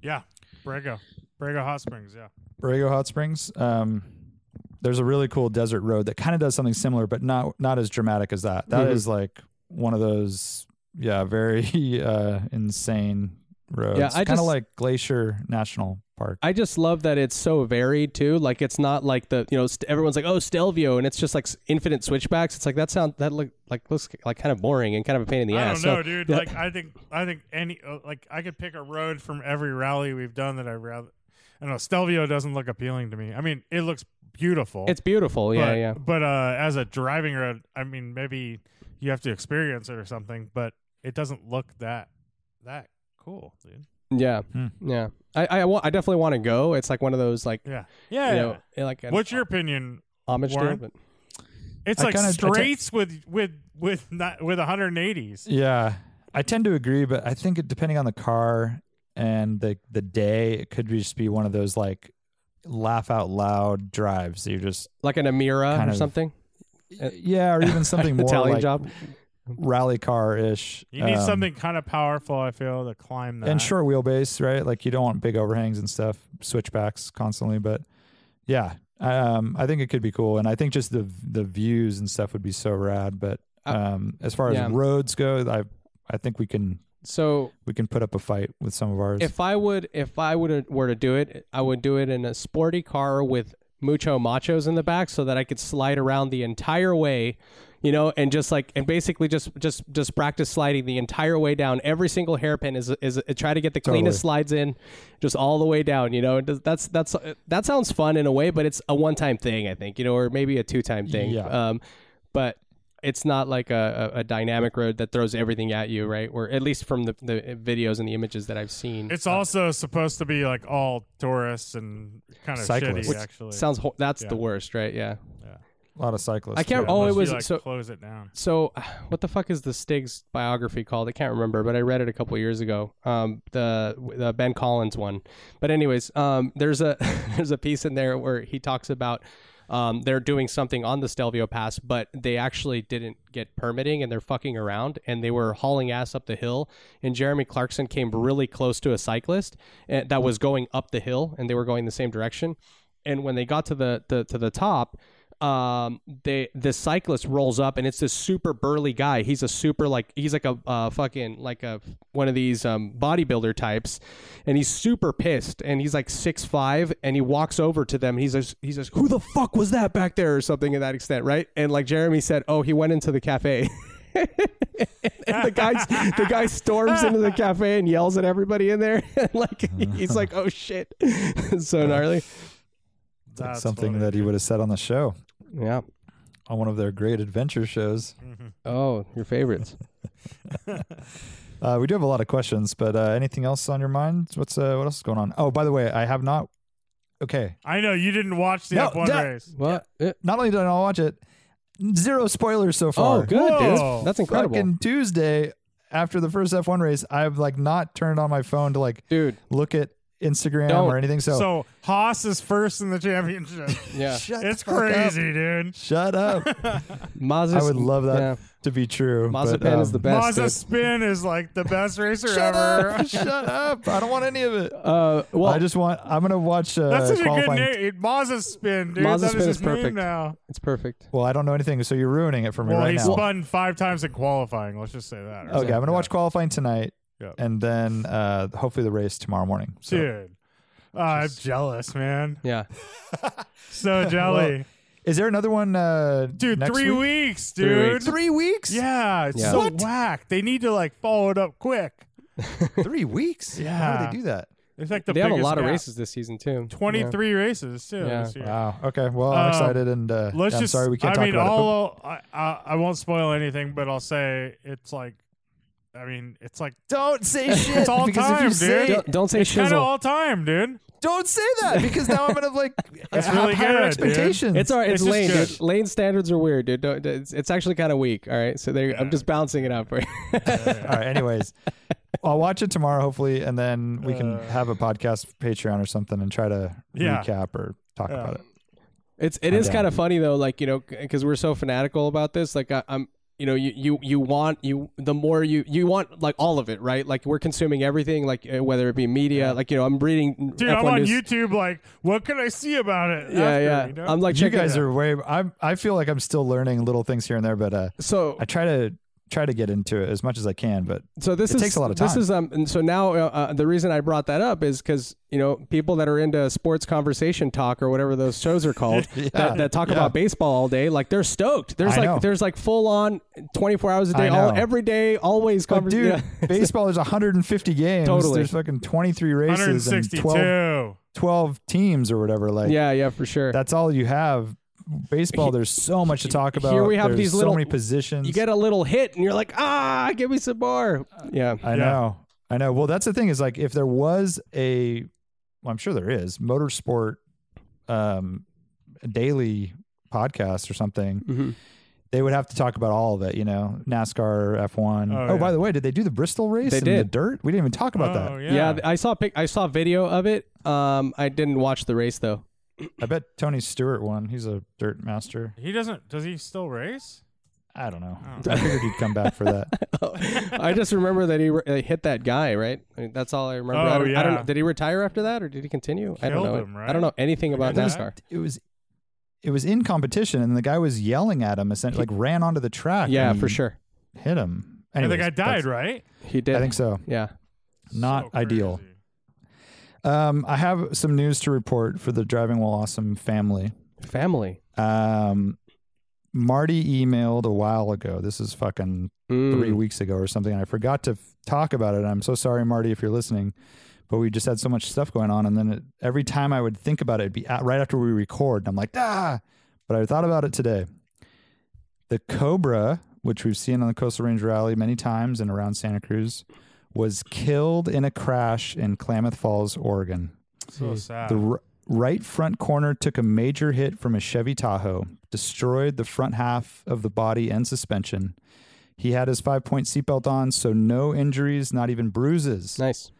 Speaker 5: Yeah, Brago, Brago Hot Springs. Yeah,
Speaker 4: Borrego Hot Springs. Um, there's a really cool desert road that kind of does something similar, but not not as dramatic as that. That is
Speaker 3: Mhm.
Speaker 4: like one of those, yeah, very uh, insane roads.
Speaker 3: Yeah, I
Speaker 4: kind of
Speaker 3: just-
Speaker 4: like Glacier National Park.
Speaker 3: I just love that it's so varied too. Like it's not like the you know st- everyone's like oh Stelvio and it's just like s- infinite switchbacks. It's like that sound that look like looks like kind of boring and kind of a pain in the
Speaker 5: I don't
Speaker 3: ass. So,
Speaker 5: know, dude.
Speaker 3: yeah.
Speaker 5: Like I think I think any uh, like I could pick a road from every rally we've done that I rather. I don't know Stelvio doesn't look appealing to me. I mean, it looks beautiful.
Speaker 3: it's beautiful.
Speaker 5: but,
Speaker 3: Oh, Yeah, yeah.
Speaker 5: But uh, as a driving road, I mean, maybe you have to experience it or something. But it doesn't look that that cool, dude.
Speaker 3: Yeah.
Speaker 4: Hmm.
Speaker 3: Yeah. I I, wa- I definitely want to go. It's like one of those like
Speaker 5: Yeah,
Speaker 3: you
Speaker 5: yeah.
Speaker 3: know like an
Speaker 5: What's your opinion
Speaker 3: homage to
Speaker 5: Warren?
Speaker 3: it, but
Speaker 5: It's
Speaker 4: I
Speaker 5: like
Speaker 4: kinda- I te-
Speaker 5: straights with with with not with 180s.
Speaker 4: Yeah, I tend to agree, but I think it, depending on the car and the the day, it could just be one of those like laugh out loud drives. that You're just
Speaker 3: like an Amira
Speaker 4: Kind
Speaker 3: or
Speaker 4: of
Speaker 3: something. Uh,
Speaker 4: yeah, or even something more
Speaker 3: Italian
Speaker 4: like
Speaker 3: job.
Speaker 4: rally car ish.
Speaker 5: You need something kind of powerful, I feel, to climb that.
Speaker 4: um, and short wheelbase, right? Like you don't want big overhangs and stuff, switchbacks constantly. But yeah, um, I think it could be cool, and I think just the the views and stuff would be so rad. But
Speaker 3: Uh,
Speaker 4: um, as far as
Speaker 3: yeah.
Speaker 4: roads go, I I think we can
Speaker 3: So
Speaker 4: we can put up a fight with some of ours.
Speaker 3: uh, If I would, if I would were to do it, I would do it in a sporty car with mucho machos in the back so that I could slide around the entire way, you know, and just like and basically just just just practice sliding the entire way down. Every single hairpin is is, try to get the cleanest slides in, just all the way down. You know, It does- that's that's uh, that sounds fun in a way, but it's a one time thing I think, you know, or maybe a two time thing.
Speaker 1: Yeah.
Speaker 3: Um, but it's not like a, a, a dynamic road that throws everything at you, right? Or at least from the, the uh, videos and the images that I've seen.
Speaker 5: It's also supposed to be like all tourists and kind of
Speaker 4: Cyclists.
Speaker 5: shitty,
Speaker 4: Which
Speaker 5: actually.
Speaker 3: sounds ho- that's
Speaker 5: Yeah.
Speaker 3: the worst, right? Yeah.
Speaker 4: A lot of cyclists.
Speaker 3: I can't-
Speaker 4: too.
Speaker 3: oh, it
Speaker 5: Unless you,
Speaker 3: was-
Speaker 5: like,
Speaker 3: so-
Speaker 5: close it down.
Speaker 3: So, what the fuck is the Stig's biography called? I can't remember, but I read it a couple years ago. Um, the the Ben Collins one. But anyways, um, there's a there's a piece in there where he talks about um, they're doing something on the Stelvio Pass, but they actually didn't get permitting and they're fucking around and they were hauling ass up the hill. And Jeremy Clarkson came really close to a cyclist uh, that
Speaker 5: Hmm.
Speaker 3: was going up the hill and they were going the same direction. And when they got to the, the to the top, um they this cyclist rolls up and it's this super burly guy he's a super like he's like a uh, fucking like a one of these um bodybuilder types and he's super pissed and he's like six five and he walks over to them and he's just he's just who the fuck was that back there or something to that extent right and like jeremy said oh he went into the cafe and the guy the guy storms into the cafe and yells at everybody in there like he's like oh shit so gnarly
Speaker 4: It's like
Speaker 5: That's
Speaker 4: something
Speaker 5: funny.
Speaker 4: that he would have said on the show
Speaker 3: yeah
Speaker 4: on one of their great adventure shows.
Speaker 3: oh your favorites
Speaker 4: Uh, we do have a lot of questions, but uh, anything else on your mind? What's uh, what else is going on? Oh, by the way, I have not. Okay,
Speaker 5: I know you didn't watch the
Speaker 4: No,
Speaker 5: F1
Speaker 4: that-
Speaker 5: race.
Speaker 3: what
Speaker 4: not only did I not watch it, zero spoilers so far.
Speaker 3: Oh, good,
Speaker 5: Whoa.
Speaker 3: dude. That's incredible.
Speaker 4: Fucking Tuesday after the first F1 race, I've like not turned on my phone to like
Speaker 3: dude,
Speaker 4: look at Instagram
Speaker 3: Don't.
Speaker 4: or anything. So,
Speaker 5: So Haas is first in the championship.
Speaker 3: yeah.
Speaker 4: shut the
Speaker 5: it's
Speaker 4: fuck up.
Speaker 5: crazy, dude.
Speaker 4: Shut up.
Speaker 3: Mazes,
Speaker 4: I would love that
Speaker 3: Yeah.
Speaker 4: to be true. but,
Speaker 3: Mazepin is
Speaker 4: um,
Speaker 3: the best.
Speaker 5: Mazda
Speaker 3: dude.
Speaker 5: Spin is like the best racer
Speaker 4: Shut
Speaker 5: ever.
Speaker 4: up! Shut up! I don't want any of it.
Speaker 3: Uh, well,
Speaker 4: I just want. I'm gonna watch uh,
Speaker 5: That's such a good
Speaker 4: qualifying.
Speaker 5: name. Mazda Spin, dude.
Speaker 3: Mazda
Speaker 5: that
Speaker 3: Spin
Speaker 5: is
Speaker 3: is
Speaker 5: his name
Speaker 3: perfect.
Speaker 5: now.
Speaker 3: it's perfect.
Speaker 4: Well, I don't know anything, so you're ruining it for me
Speaker 5: Well,
Speaker 4: right
Speaker 5: he
Speaker 4: now.
Speaker 5: spun five times in qualifying. Let's just say that.
Speaker 4: okay, I'm gonna watch qualifying tonight,
Speaker 5: Yeah.
Speaker 4: and then uh, hopefully the race tomorrow morning. So
Speaker 5: dude. Uh, I'm jealous, man.
Speaker 3: Yeah,
Speaker 5: So jelly,
Speaker 4: is there another one, uh,
Speaker 5: dude.
Speaker 4: next
Speaker 5: Three
Speaker 4: week?
Speaker 5: weeks, dude.
Speaker 3: Three weeks.
Speaker 4: Three weeks?
Speaker 5: Yeah, it's
Speaker 3: Yeah.
Speaker 5: so
Speaker 4: What?
Speaker 5: whack. They need to like follow it up quick.
Speaker 4: three weeks. How
Speaker 5: Yeah.
Speaker 4: do they do that?
Speaker 5: It's like the
Speaker 3: they have a
Speaker 5: biggest
Speaker 3: lot of
Speaker 5: gap.
Speaker 3: races this season too. Yeah.
Speaker 5: Twenty-three races too.
Speaker 3: Yeah.
Speaker 5: This year.
Speaker 4: Wow. Okay. Well, I'm
Speaker 5: Um,
Speaker 4: excited, and uh,
Speaker 5: Let's
Speaker 4: I'm
Speaker 5: just.
Speaker 4: sorry we can't
Speaker 5: I
Speaker 4: talk
Speaker 5: mean,
Speaker 4: about it.
Speaker 5: all I, I I won't spoil anything, but I'll say it's like, I mean, it's like
Speaker 4: but Don't say shit.
Speaker 5: It's all
Speaker 4: because if you
Speaker 5: time,
Speaker 4: say,
Speaker 5: dude.
Speaker 3: Don't, don't say
Speaker 5: kind of
Speaker 3: shizzle.
Speaker 5: all time, dude.
Speaker 4: Don't say that because now I'm gonna like
Speaker 5: That's
Speaker 4: have
Speaker 5: really
Speaker 4: higher
Speaker 5: good, dude.
Speaker 4: expectations.
Speaker 3: It's all right. It's,
Speaker 5: It's just
Speaker 3: lane,
Speaker 5: good.
Speaker 3: dude. Lane standards are weird, dude. Don't, it's, it's actually kind of weak. All right, so there, I'm just bouncing it out for you.
Speaker 4: All right. Anyways, I'll watch it tomorrow, hopefully, and then we can
Speaker 3: Uh.
Speaker 4: have a podcast, Patreon, or something, and try to
Speaker 5: Yeah.
Speaker 4: recap or talk about it.
Speaker 3: It's it is kind of funny though, like you know, because we're so fanatical about this. Like I, I'm, you know, you, you you want you the more you you want like all of it, right? Like we're consuming everything, like uh, whether it be media, like you know, I'm reading.
Speaker 5: Dude,
Speaker 3: F1
Speaker 5: I'm on
Speaker 3: news.
Speaker 5: YouTube. Like, what can I see about it?
Speaker 3: Yeah,
Speaker 5: after,
Speaker 3: yeah.
Speaker 5: You know?
Speaker 3: I'm like
Speaker 4: you
Speaker 3: checking-
Speaker 4: guys are way. I'm. I feel like I'm still learning little things here and there, but uh,
Speaker 3: so
Speaker 4: I try to try to get into it as much as I can. But
Speaker 3: so this
Speaker 4: It
Speaker 3: is
Speaker 4: takes a lot of
Speaker 3: This
Speaker 4: time.
Speaker 3: is um, and so now uh, uh, the reason I brought that up is because you know people that are into sports conversation talk or whatever those shows are called that, that talk about baseball all day, like they're stoked. There's
Speaker 4: I
Speaker 3: like
Speaker 4: know.
Speaker 3: there's like full on 24 hours a
Speaker 4: I
Speaker 3: day, all,
Speaker 4: know.
Speaker 3: every day, always
Speaker 4: but dude,
Speaker 3: conversation.
Speaker 4: baseball there's 150 games.
Speaker 3: Totally.
Speaker 4: There's fucking 23 races and
Speaker 5: 162.
Speaker 4: 12, 12 teams or whatever. Like
Speaker 3: yeah, yeah, for sure.
Speaker 4: that's all you have. Baseball, there's so much to talk about.
Speaker 3: here we have
Speaker 4: There's
Speaker 3: these
Speaker 4: so
Speaker 3: little-
Speaker 4: many positions.
Speaker 3: you get a little hit and you're like, ah, give me some more. Yeah.
Speaker 4: I know. I know. Well, that's the thing is like if there was a well, I'm sure there is motorsport um daily podcast or something,
Speaker 3: Mhm.
Speaker 4: they would have to talk about all of it, you know. NASCAR, F1. Oh,
Speaker 5: Oh, yeah.
Speaker 4: by the way, did they do the Bristol race
Speaker 3: They
Speaker 4: in the
Speaker 3: did.
Speaker 4: dirt? We didn't even talk about
Speaker 5: Oh,
Speaker 4: that.
Speaker 5: yeah.
Speaker 3: yeah, I saw pic- I saw video of it. Um, I didn't watch the race though.
Speaker 4: I bet Tony Stewart won. He's a dirt master.
Speaker 5: He doesn't. Does he still race?
Speaker 4: I don't know.
Speaker 5: Oh.
Speaker 4: I figured he'd come back for that.
Speaker 3: I just remember that he re- uh, hit that guy, right? I mean, that's all I
Speaker 5: Oh,
Speaker 3: remember. I don't, I don't
Speaker 5: yeah.
Speaker 3: know. Did he retire after that, or did he continue? I don't
Speaker 5: Killed
Speaker 3: know.
Speaker 5: him,
Speaker 3: I
Speaker 5: right?
Speaker 3: don't know anything about
Speaker 5: Forget
Speaker 3: NASCAR.
Speaker 5: that.
Speaker 4: It was it was in competition and the guy was yelling at him essentially like ran onto the track.
Speaker 3: Yeah,
Speaker 4: and
Speaker 3: for
Speaker 4: he
Speaker 3: sure.
Speaker 4: Hit him.
Speaker 5: I
Speaker 4: Anyways,
Speaker 5: think I died,
Speaker 4: that's-
Speaker 5: right?
Speaker 3: He did.
Speaker 4: I think so.
Speaker 3: Yeah.
Speaker 4: Not
Speaker 5: So
Speaker 4: ideal.
Speaker 5: crazy.
Speaker 4: Um, I have some news to report for the Driving While Awesome family.
Speaker 3: Family.
Speaker 4: Um, Marty emailed a while ago. This is fucking three
Speaker 3: Mm.
Speaker 4: weeks ago or something. And I forgot to f- talk about it. And I'm so sorry, Marty, if you're listening. But we just had so much stuff going on, and then it, every time I would think about it, it'd be at, right after we record, and I'm like, ah. But I thought about it today. The Cobra, which we've seen on the Coastal Range Rally many times and around Santa Cruz, was killed in a crash in Klamath Falls, Oregon.
Speaker 5: So sad.
Speaker 4: The r- right front corner took a major hit from a Chevy Tahoe, destroyed the front half of the body and suspension. He had his five point seatbelt on, so no injuries, not even bruises.
Speaker 3: Nice.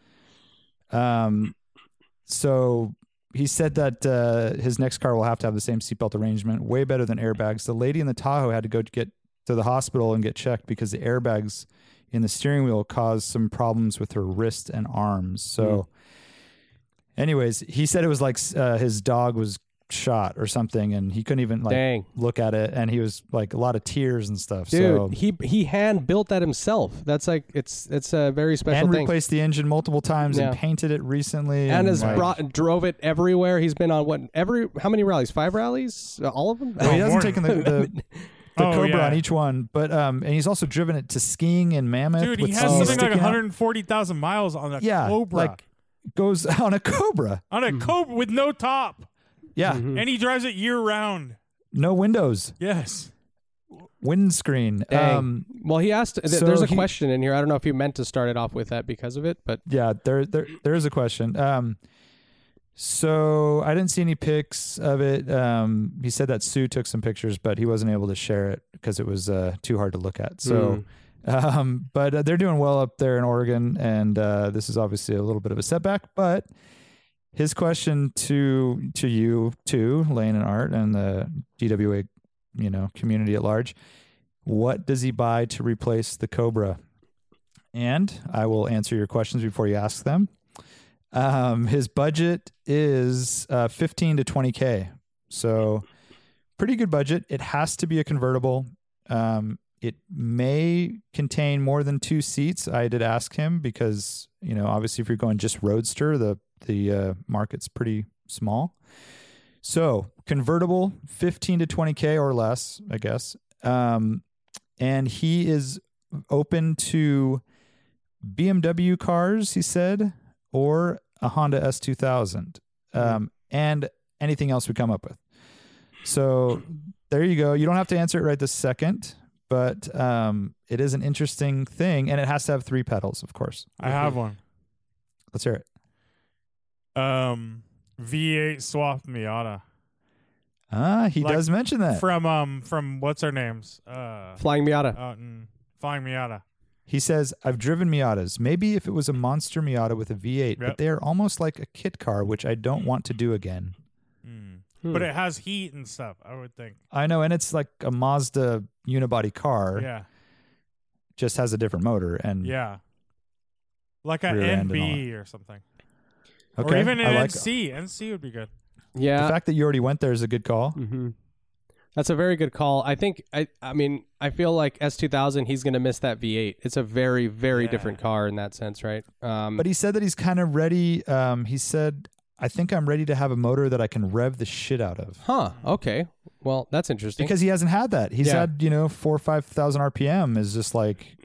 Speaker 4: Um, so he said that uh, his next car will have to have the same seatbelt arrangement, way better than airbags. The lady in the Tahoe had to go to get to the hospital and get checked because the airbags in the steering wheel caused some problems with her wrist and arms. So,
Speaker 3: Hmm.
Speaker 4: anyways, he said it was like uh, his dog was shot or something, and he couldn't even like
Speaker 3: Dang.
Speaker 4: look at it, and he was like a lot of tears and stuff.
Speaker 3: Dude,
Speaker 4: so
Speaker 3: he he hand built that himself. That's like it's it's a very special
Speaker 4: and
Speaker 3: thing.
Speaker 4: replaced the engine multiple times and
Speaker 3: Yeah.
Speaker 4: painted it recently,
Speaker 3: and has
Speaker 4: like-
Speaker 3: brought drove it everywhere. He's been on what every how many rallies? Five rallies? Uh, All of them?
Speaker 4: Well, he
Speaker 5: Oh,
Speaker 4: hasn't
Speaker 5: Morty.
Speaker 4: taken the, the, the
Speaker 5: Oh,
Speaker 4: Cobra
Speaker 5: yeah.
Speaker 4: on each one, but um, and he's also driven it to skiing in Mammoth.
Speaker 5: Dude,
Speaker 4: with
Speaker 5: he has
Speaker 4: skis
Speaker 5: something like
Speaker 4: sticking out.
Speaker 5: 140,000 miles on a
Speaker 4: Yeah,
Speaker 5: Cobra.
Speaker 4: like mm. goes on a Cobra.
Speaker 5: on a Cobra with no top.
Speaker 4: Yeah,
Speaker 5: And he drives it year round.
Speaker 4: no windows,
Speaker 5: Yes.
Speaker 4: windscreen.
Speaker 3: Dang.
Speaker 4: Um,
Speaker 3: well, he asked. Th-
Speaker 4: so
Speaker 3: there's a
Speaker 4: he-
Speaker 3: question in here. I don't know if you meant to start it off with that because of it, but
Speaker 4: yeah, there, there, there is a question. Um, so I didn't see any pics of it. Um, he said that Sue took some pictures, but he wasn't able to share it because it was uh, too hard to look at. So, um, but uh, they're doing well up there in Oregon, and uh, this is obviously a little bit of a setback. But his question to to you too, Lane and Art, and the DWA, you know, community at large, what does he buy to replace the Cobra? And I will answer your questions before you ask them. Um, his budget is uh, 15 to 20K. So pretty good budget. It has to be a convertible. Um, it may contain more than two seats. I did ask him because, you know, obviously if you're going just roadster, the, the uh, market's pretty small. So convertible, 15 to 20K or less, I guess. Um, and he is open to BMW cars, he said, or a Honda S2000,
Speaker 5: Mm-hmm.
Speaker 4: um, and anything else we come up with. So there you go. You don't have to answer it right this second, but um, it is an interesting thing, and it has to have three pedals, of course.
Speaker 5: I have one.
Speaker 4: Let's hear it.
Speaker 5: Um, V8 swapped Miata
Speaker 4: Ah, he
Speaker 5: Like,
Speaker 4: does mention that.
Speaker 5: from um from what's her name's uh
Speaker 3: flying Miata.
Speaker 5: out in Flying Miata.
Speaker 4: He says, I've driven Miatas. Maybe if it was a monster Miata with a
Speaker 5: Yep.
Speaker 4: V8, but they are almost like a kit car, which I don't want to do again.
Speaker 5: Mm.
Speaker 3: Hmm.
Speaker 5: But it has heat and stuff. I would think.
Speaker 4: I know, and it's like a Mazda unibody car,
Speaker 5: Yeah.
Speaker 4: just has a different motor. And
Speaker 5: Yeah. Like a
Speaker 4: Rear end and
Speaker 5: NB or something,
Speaker 4: okay,
Speaker 5: or even
Speaker 4: I
Speaker 5: an
Speaker 4: like
Speaker 5: NC. NC would be good.
Speaker 4: the
Speaker 3: yeah,
Speaker 4: fact that you already went there is a good call.
Speaker 3: hmm That's a very good call. I think I I mean I feel like S2000 he's going to miss that V8. It's a very very
Speaker 5: Yeah.
Speaker 3: different car in that sense, right? Um
Speaker 4: But he said that he's kind of ready. Um, he said, I think I'm ready to have a motor that I can rev the shit out of.
Speaker 3: huh, okay. Well, that's interesting.
Speaker 4: Because he hasn't had that. He's
Speaker 3: Yeah.
Speaker 4: had, you know, four or 5,000 RPM is just like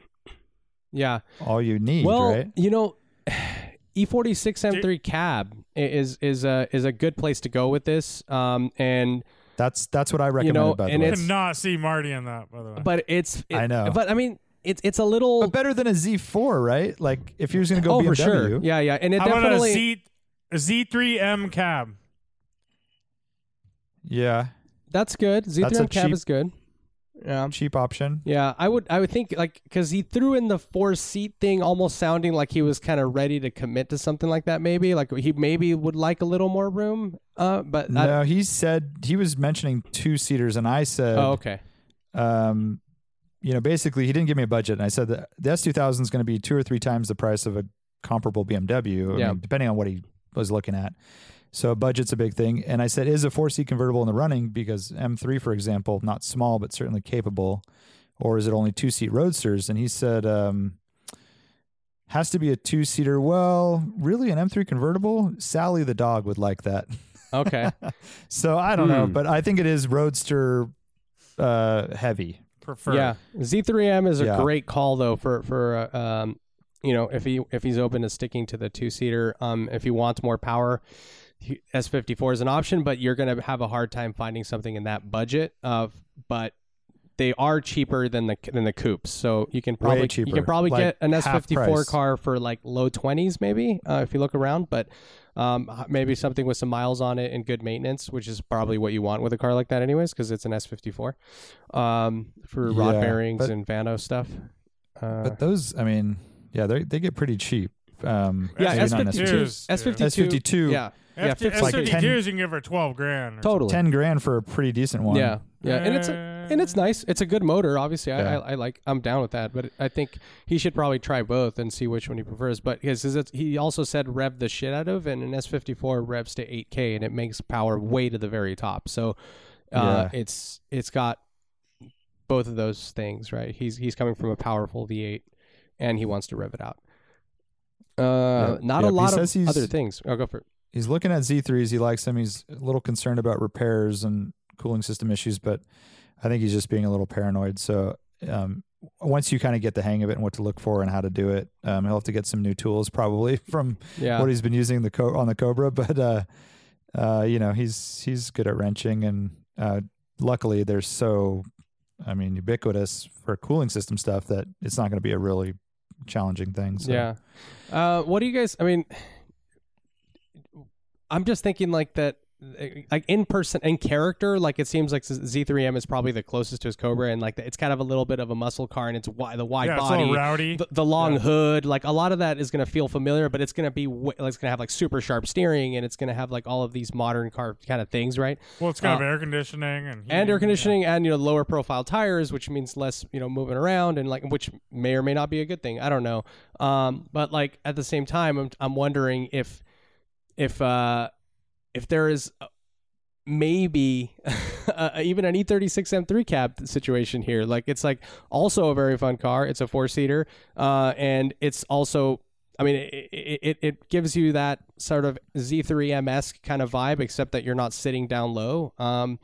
Speaker 3: yeah.
Speaker 4: all you need,
Speaker 3: Well,
Speaker 4: right?
Speaker 3: you know, E E46 M3 cab i- is is a is a good place to go with this. Um and
Speaker 4: That's that's what I recommend.
Speaker 3: know,
Speaker 4: by the
Speaker 3: and
Speaker 4: way.
Speaker 5: I
Speaker 3: It's-
Speaker 5: could not see Marty in that, by the way.
Speaker 3: but it's it-
Speaker 4: I know.
Speaker 3: But I mean, it's it's a little
Speaker 4: but better than a Z4, right? Like if you're just gonna go
Speaker 3: oh
Speaker 4: BMW,
Speaker 3: for sure. Yeah, yeah. And it
Speaker 5: How about a
Speaker 3: definitely
Speaker 5: Z a Z3M cab?
Speaker 4: yeah,
Speaker 3: that's good. Z3
Speaker 4: That's a
Speaker 3: M cab
Speaker 4: cheap-
Speaker 3: is good. Yeah.
Speaker 4: cheap option.
Speaker 3: Yeah, I would I would think like cuz he threw in the four seat thing almost sounding like he was kind of ready to commit to something like that maybe like he maybe would like a little more room uh but I-
Speaker 4: No, he said he was mentioning two seaters, and I said,
Speaker 3: oh okay.
Speaker 4: um, you know, basically he didn't give me a budget, and I said that the S2000 is going to be two or three times the price of a comparable BMW, I
Speaker 3: Yeah.
Speaker 4: mean, depending on what he was looking at. So budget's a big thing, and I said, is a four seat convertible in the running? Because M3, for example, not small but certainly capable, or is it only two seat roadsters? And he said, um, Has to be a two seater. Well, really, an M3 convertible? Sally the dog would like that.
Speaker 3: Okay.
Speaker 4: So I don't know,
Speaker 1: Hmm.
Speaker 4: but I think it is Roadster uh, heavy.
Speaker 5: Prefer.
Speaker 3: Yeah, Z3M is a
Speaker 4: Yeah.
Speaker 3: great call though for for uh, um, you know if he if he's open to sticking to the two seater. Um, if he wants more power, he- S54 is an option, but you're gonna have a hard time finding something in that budget. Of but they are cheaper than the than the coupes, so you can probably you
Speaker 4: cheaper,
Speaker 3: can probably
Speaker 4: like
Speaker 3: get an
Speaker 4: half
Speaker 3: S54
Speaker 4: price.
Speaker 3: car for like low twenties maybe uh, if you look around, but. Um, h- maybe something with some miles on it and good maintenance, which is probably what you want with a car like that, anyways, because it's an S54 um, for rod
Speaker 4: Yeah,
Speaker 3: bearings
Speaker 4: but-
Speaker 3: and Vano stuff. Uh,
Speaker 4: But those, I mean, yeah, they they get pretty cheap. Um,
Speaker 3: yeah,
Speaker 4: maybe not
Speaker 3: S52s,
Speaker 5: Yeah.
Speaker 3: S52,
Speaker 4: S52,
Speaker 3: yeah, yeah,
Speaker 5: F-
Speaker 3: fifty-
Speaker 5: S32s,
Speaker 4: like 10
Speaker 5: you can give her 12 grand. or
Speaker 3: totally,
Speaker 4: ten grand for a pretty decent one.
Speaker 3: yeah, yeah, and it's a,
Speaker 5: something.
Speaker 3: and it's nice. It's a good motor, obviously. I,
Speaker 4: Yeah.
Speaker 3: I, I like, I'm down with that. But I think he should probably try both and see which one he prefers. But his, his he also said rev the shit out of, and an S54 revs to 8K, and it makes power way to the very top. So uh, it's it's got both of those things, right? He's he's coming from a powerful V8, and he wants to rev it out. Uh,
Speaker 4: Yeah.
Speaker 3: not
Speaker 4: Yeah,
Speaker 3: a
Speaker 4: he
Speaker 3: lot
Speaker 4: says
Speaker 3: of
Speaker 4: he's-
Speaker 3: other things. I'll go for it.
Speaker 4: he's looking at Z3s. He likes them. He's a little concerned about repairs and cooling system issues, but I think he's just being a little paranoid. So um, once you kind of get the hang of it and what to look for and how to do it, um, he'll have to get some new tools probably from
Speaker 3: Yeah,
Speaker 4: what he's been using the co- on the Cobra. But uh, uh, you know, he's he's good at wrenching, and uh, luckily they're so, I mean, ubiquitous for cooling system stuff that it's not going to be a really challenging thing. So.
Speaker 3: Yeah. Uh, what do you guys? I mean, I'm just thinking like that, like in person in character. Like it seems like Z3M is probably the closest to his Cobra, and like it's kind of a little bit of a muscle car, and it's wide, the wide
Speaker 5: yeah, it's
Speaker 3: body.
Speaker 5: all rowdy.
Speaker 3: The, the long
Speaker 5: Yeah.
Speaker 3: hood, like a lot of that is going to feel familiar, but it's going to be, w- like, it's going to have like super sharp steering and it's going to have like all of these modern car kind of things, right?
Speaker 5: well, it's got
Speaker 3: uh,
Speaker 5: air conditioning and heating,
Speaker 3: and air conditioning and you know lower profile tires which means less you know moving around and like which may or may not be a good thing i don't know um but like at the same time i'm, I'm wondering if if uh if there is uh, maybe uh, even an e36 m3 cab situation here like it's like also a very fun car it's a four seater uh and it's also I mean, it, it, it- it gives you that sort of Z3M esque kind of vibe, except that you're not sitting down low. Um,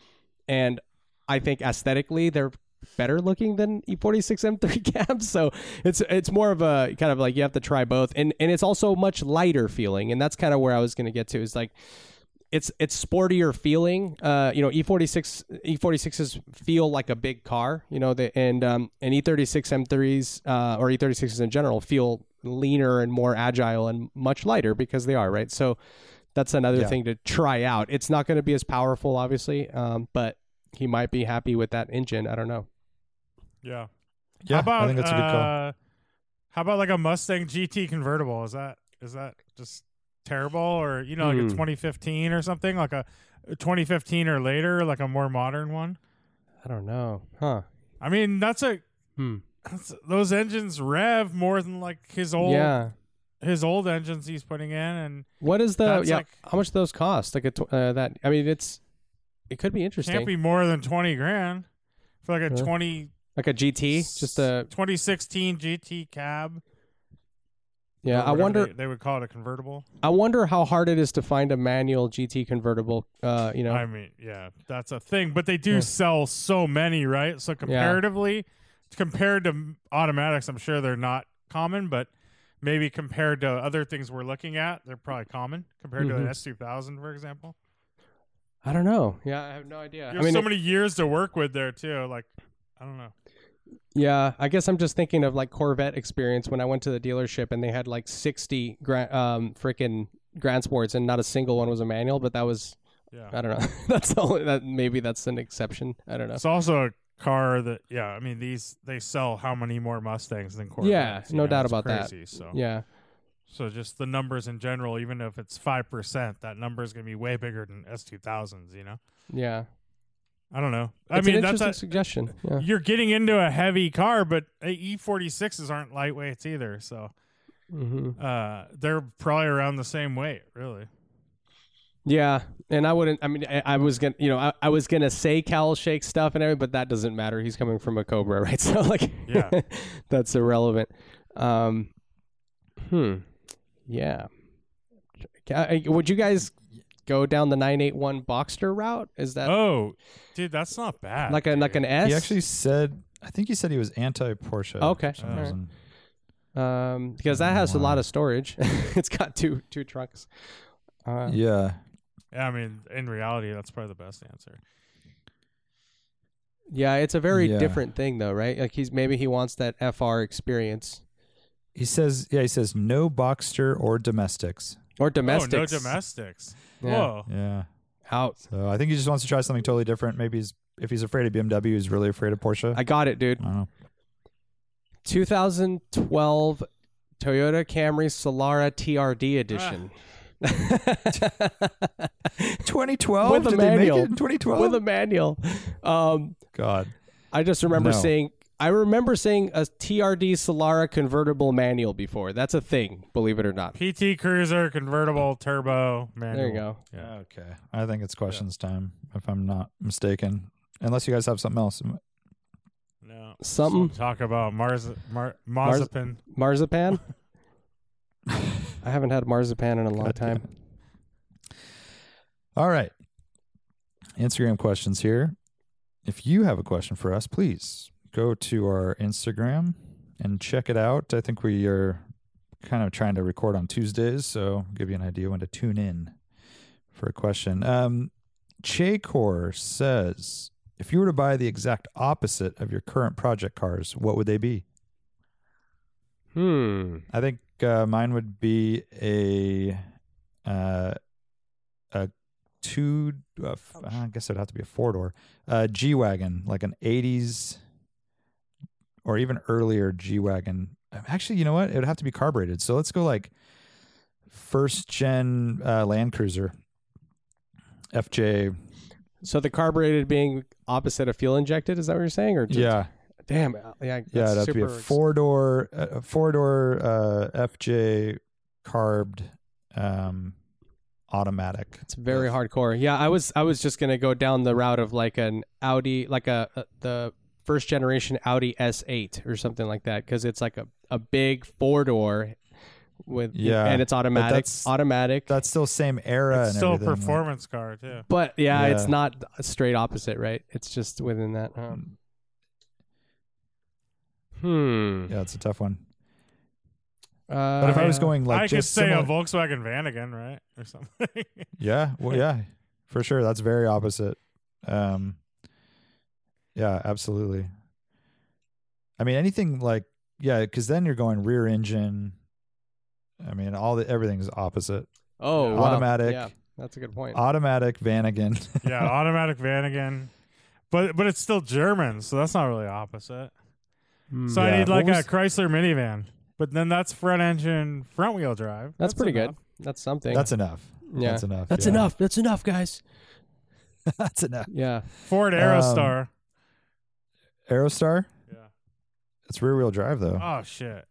Speaker 3: and I think aesthetically they're better looking than E E46 M3 cabs. So it's it's more of a kind of like you have to try both, and and it's also much lighter feeling, and that's kind of where I was going to get to is like. It's it's sportier feeling, uh, you know. E forty six E forty sixes feel like a big car, you know. They, and um, and E thirty six M threes uh, or E thirty sixes in general feel leaner and more agile and much lighter because they are right. So that's another
Speaker 4: Yeah.
Speaker 3: thing to try out. It's not going to be as powerful, obviously, um, but he might be happy with that engine. I don't know.
Speaker 5: Yeah.
Speaker 4: yeah.
Speaker 5: how about,
Speaker 4: I think that's a good call.
Speaker 5: uh, how about like a Mustang GT convertible? Is that is that just terrible or you know like a
Speaker 3: Hmm.
Speaker 5: 2015 or something like a 2015 or later like a more modern one?
Speaker 3: I don't know, huh?
Speaker 5: I mean, that's a
Speaker 3: Hmm.
Speaker 5: that's, those engines rev more than like his old
Speaker 3: Yeah.
Speaker 5: his old engines he's putting in and
Speaker 3: What is the
Speaker 5: That's
Speaker 3: yeah?
Speaker 5: like-
Speaker 3: how much do those cost? Like a tw- uh, that? I mean, it's it could be interesting.
Speaker 5: can't be more than 20 grand for like a
Speaker 3: Huh?
Speaker 5: 20
Speaker 3: like a GT, just a
Speaker 5: 2016 GT cab.
Speaker 3: yeah.
Speaker 5: or
Speaker 3: I
Speaker 5: whatever
Speaker 3: wonder.
Speaker 5: they, they would call it a convertible.
Speaker 3: I wonder how hard it is to find a manual GT convertible. Uh, you know,
Speaker 5: I mean, yeah, that's a thing. But they do
Speaker 3: Yeah.
Speaker 5: sell so many, right? So comparatively, compared to automatics, I'm sure they're not common, but maybe compared to other things we're looking at, they're probably common compared to an
Speaker 3: Mhm.
Speaker 5: S2000, for example.
Speaker 3: I don't know. Yeah, I have no idea.
Speaker 5: You
Speaker 3: I
Speaker 5: have
Speaker 3: mean,
Speaker 5: so
Speaker 3: it-
Speaker 5: many years to work with there too. Like, I don't know.
Speaker 3: Yeah, I guess I'm just thinking of like Corvette experience when I went to the dealership and they had like 60 gra- um freaking Grand Sports and not a single one was a manual, but that was
Speaker 5: Yeah,
Speaker 3: I don't know. that's the only that maybe that's an exception. I don't know.
Speaker 5: it's also a car that yeah. I mean, these they sell how many more Mustangs than Corvettes? you
Speaker 3: no
Speaker 5: know?
Speaker 3: doubt
Speaker 5: It's
Speaker 3: about that.
Speaker 5: crazy, So
Speaker 3: Yeah.
Speaker 5: So just the numbers in general, even if it's five percent, that number is going to be way bigger than S two thousands. You know,
Speaker 3: Yeah.
Speaker 5: I don't know. I
Speaker 3: It's
Speaker 5: mean,
Speaker 3: an
Speaker 5: that's
Speaker 3: interesting
Speaker 5: a,
Speaker 3: suggestion. Yeah.
Speaker 5: you're getting into a heavy car, but E forty sixes aren't lightweights either, so
Speaker 4: Mm-hmm.
Speaker 3: hmm
Speaker 5: uh, they're probably around the same weight, really.
Speaker 3: Yeah, and I wouldn't. I mean, I, I was gonna, you know, I, I was gonna say Cal Shake stuff and everything, but that doesn't matter. He's coming from a Cobra, right? So like,
Speaker 5: Yeah.
Speaker 3: that's irrelevant. Um, Hmm. Yeah. Ca- I- Would you guys go down the 981 Boxster route? Is that
Speaker 5: Oh, dude, that's not bad.
Speaker 3: Uh, like a like an S?
Speaker 4: He actually said, I think he said he was anti Porsche.
Speaker 3: Okay.
Speaker 4: For some
Speaker 3: Alright.
Speaker 4: reason.
Speaker 3: um, because that has a lot of storage. it's got two two trunks. Uh,
Speaker 4: Yeah.
Speaker 5: Yeah, I mean, in reality, that's probably the best answer.
Speaker 3: yeah, it's a very
Speaker 4: Yeah.
Speaker 3: different thing though, right? Like he's maybe he wants that FR experience
Speaker 4: He says, yeah, he says, no Boxster or domestics.
Speaker 3: or domestics.
Speaker 5: Oh, no domestics.
Speaker 3: Yeah.
Speaker 5: Whoa.
Speaker 4: Yeah.
Speaker 3: Out.
Speaker 4: So I think he just wants to try something totally different. Maybe he's, if he's afraid of BMW, he's really afraid of Porsche.
Speaker 3: I got it, dude.
Speaker 4: I don't know.
Speaker 3: 2012 Toyota Camry Solara TRD edition.
Speaker 5: Ah.
Speaker 4: 2012?
Speaker 3: With a
Speaker 4: Did they make
Speaker 3: manual.
Speaker 4: it in 2012?
Speaker 3: With a manual. Um,
Speaker 4: God.
Speaker 3: I just remember
Speaker 4: No.
Speaker 3: seeing. I remember seeing a TRD Solara convertible manual before. That's a thing, believe it or not.
Speaker 5: PT Cruiser convertible turbo manual.
Speaker 3: There you go.
Speaker 5: Yeah.
Speaker 4: Okay. I think it's questions time, if I'm not mistaken. Unless you guys have something else.
Speaker 5: No.
Speaker 3: Something
Speaker 5: Talk about Mars, Mar,
Speaker 3: Mars-
Speaker 5: Mazepin.
Speaker 3: marzipan. I haven't had marzipan in a long time.
Speaker 4: All right. Instagram questions here. If you have a question for us, please go to our Instagram and check it out. I think we are kind of trying to record on Tuesdays, so give you an idea when to tune in for a question. Um, Chacor says, if you were to buy the exact opposite of your current project cars, what would they be?
Speaker 3: Hmm.
Speaker 4: I think uh, mine would be a uh, a two. Uh,
Speaker 5: Oh,
Speaker 4: f- I guess it'd have to be a four door uh, G wagon, like an '80s or even earlier G wagon. Actually, you know what? It would have to be carbureted. So let's go like first gen uh, Land Cruiser, FJ.
Speaker 3: So the carbureted being opposite of fuel injected, is that what you're saying? Or just,
Speaker 4: Yeah,
Speaker 3: Damn. uh, Yeah.
Speaker 4: yeah.
Speaker 3: that's
Speaker 4: It'd have to be a
Speaker 3: super ex-
Speaker 4: four door, a four door uh, FJ carbed. Um, automatic
Speaker 3: It's very hardcore. Yeah, I was I was just gonna go down the route of like an Audi, like a, a- the first generation Audi S8 or something like that, because it's like a, a big four door with
Speaker 4: Yeah,
Speaker 3: and it's automatic,
Speaker 4: that's-
Speaker 3: automatic.
Speaker 4: that's still same era
Speaker 5: It's
Speaker 4: and
Speaker 5: still a
Speaker 4: everything, like-
Speaker 5: performance car, too.
Speaker 3: but yeah,
Speaker 4: Yeah.
Speaker 3: it's not a straight opposite, right? It's just within that. Um, hmm.
Speaker 4: yeah it's a tough one
Speaker 3: Uh,
Speaker 4: but if i
Speaker 5: yeah.
Speaker 4: was going like
Speaker 5: I could
Speaker 4: just
Speaker 5: say
Speaker 4: similar-
Speaker 5: a Volkswagen van again, right? Or something.
Speaker 4: yeah well yeah for sure that's very opposite um yeah absolutely i mean anything like yeah because then you're going rear engine i mean all the everything's opposite
Speaker 3: oh, wow.
Speaker 4: automatic
Speaker 3: Yeah, that's a good point.
Speaker 4: automatic vanagon
Speaker 5: yeah, automatic van again. But but it's still German, so that's not really opposite. So I
Speaker 4: Hmm. Yeah.
Speaker 5: need
Speaker 4: What
Speaker 5: like a
Speaker 4: was-
Speaker 5: Chrysler minivan, but then that's front engine, front wheel drive.
Speaker 3: that's, pretty
Speaker 5: enough.
Speaker 3: good. That's something.
Speaker 4: that's enough
Speaker 3: Yeah.
Speaker 4: that's enough
Speaker 3: That's
Speaker 4: yeah.
Speaker 3: enough. That's enough, guys.
Speaker 4: that's enough
Speaker 3: Yeah.
Speaker 5: Ford
Speaker 4: Um,
Speaker 5: Aerostar.
Speaker 4: aerostar
Speaker 5: yeah.
Speaker 4: it's rear wheel drive though
Speaker 5: Oh shit.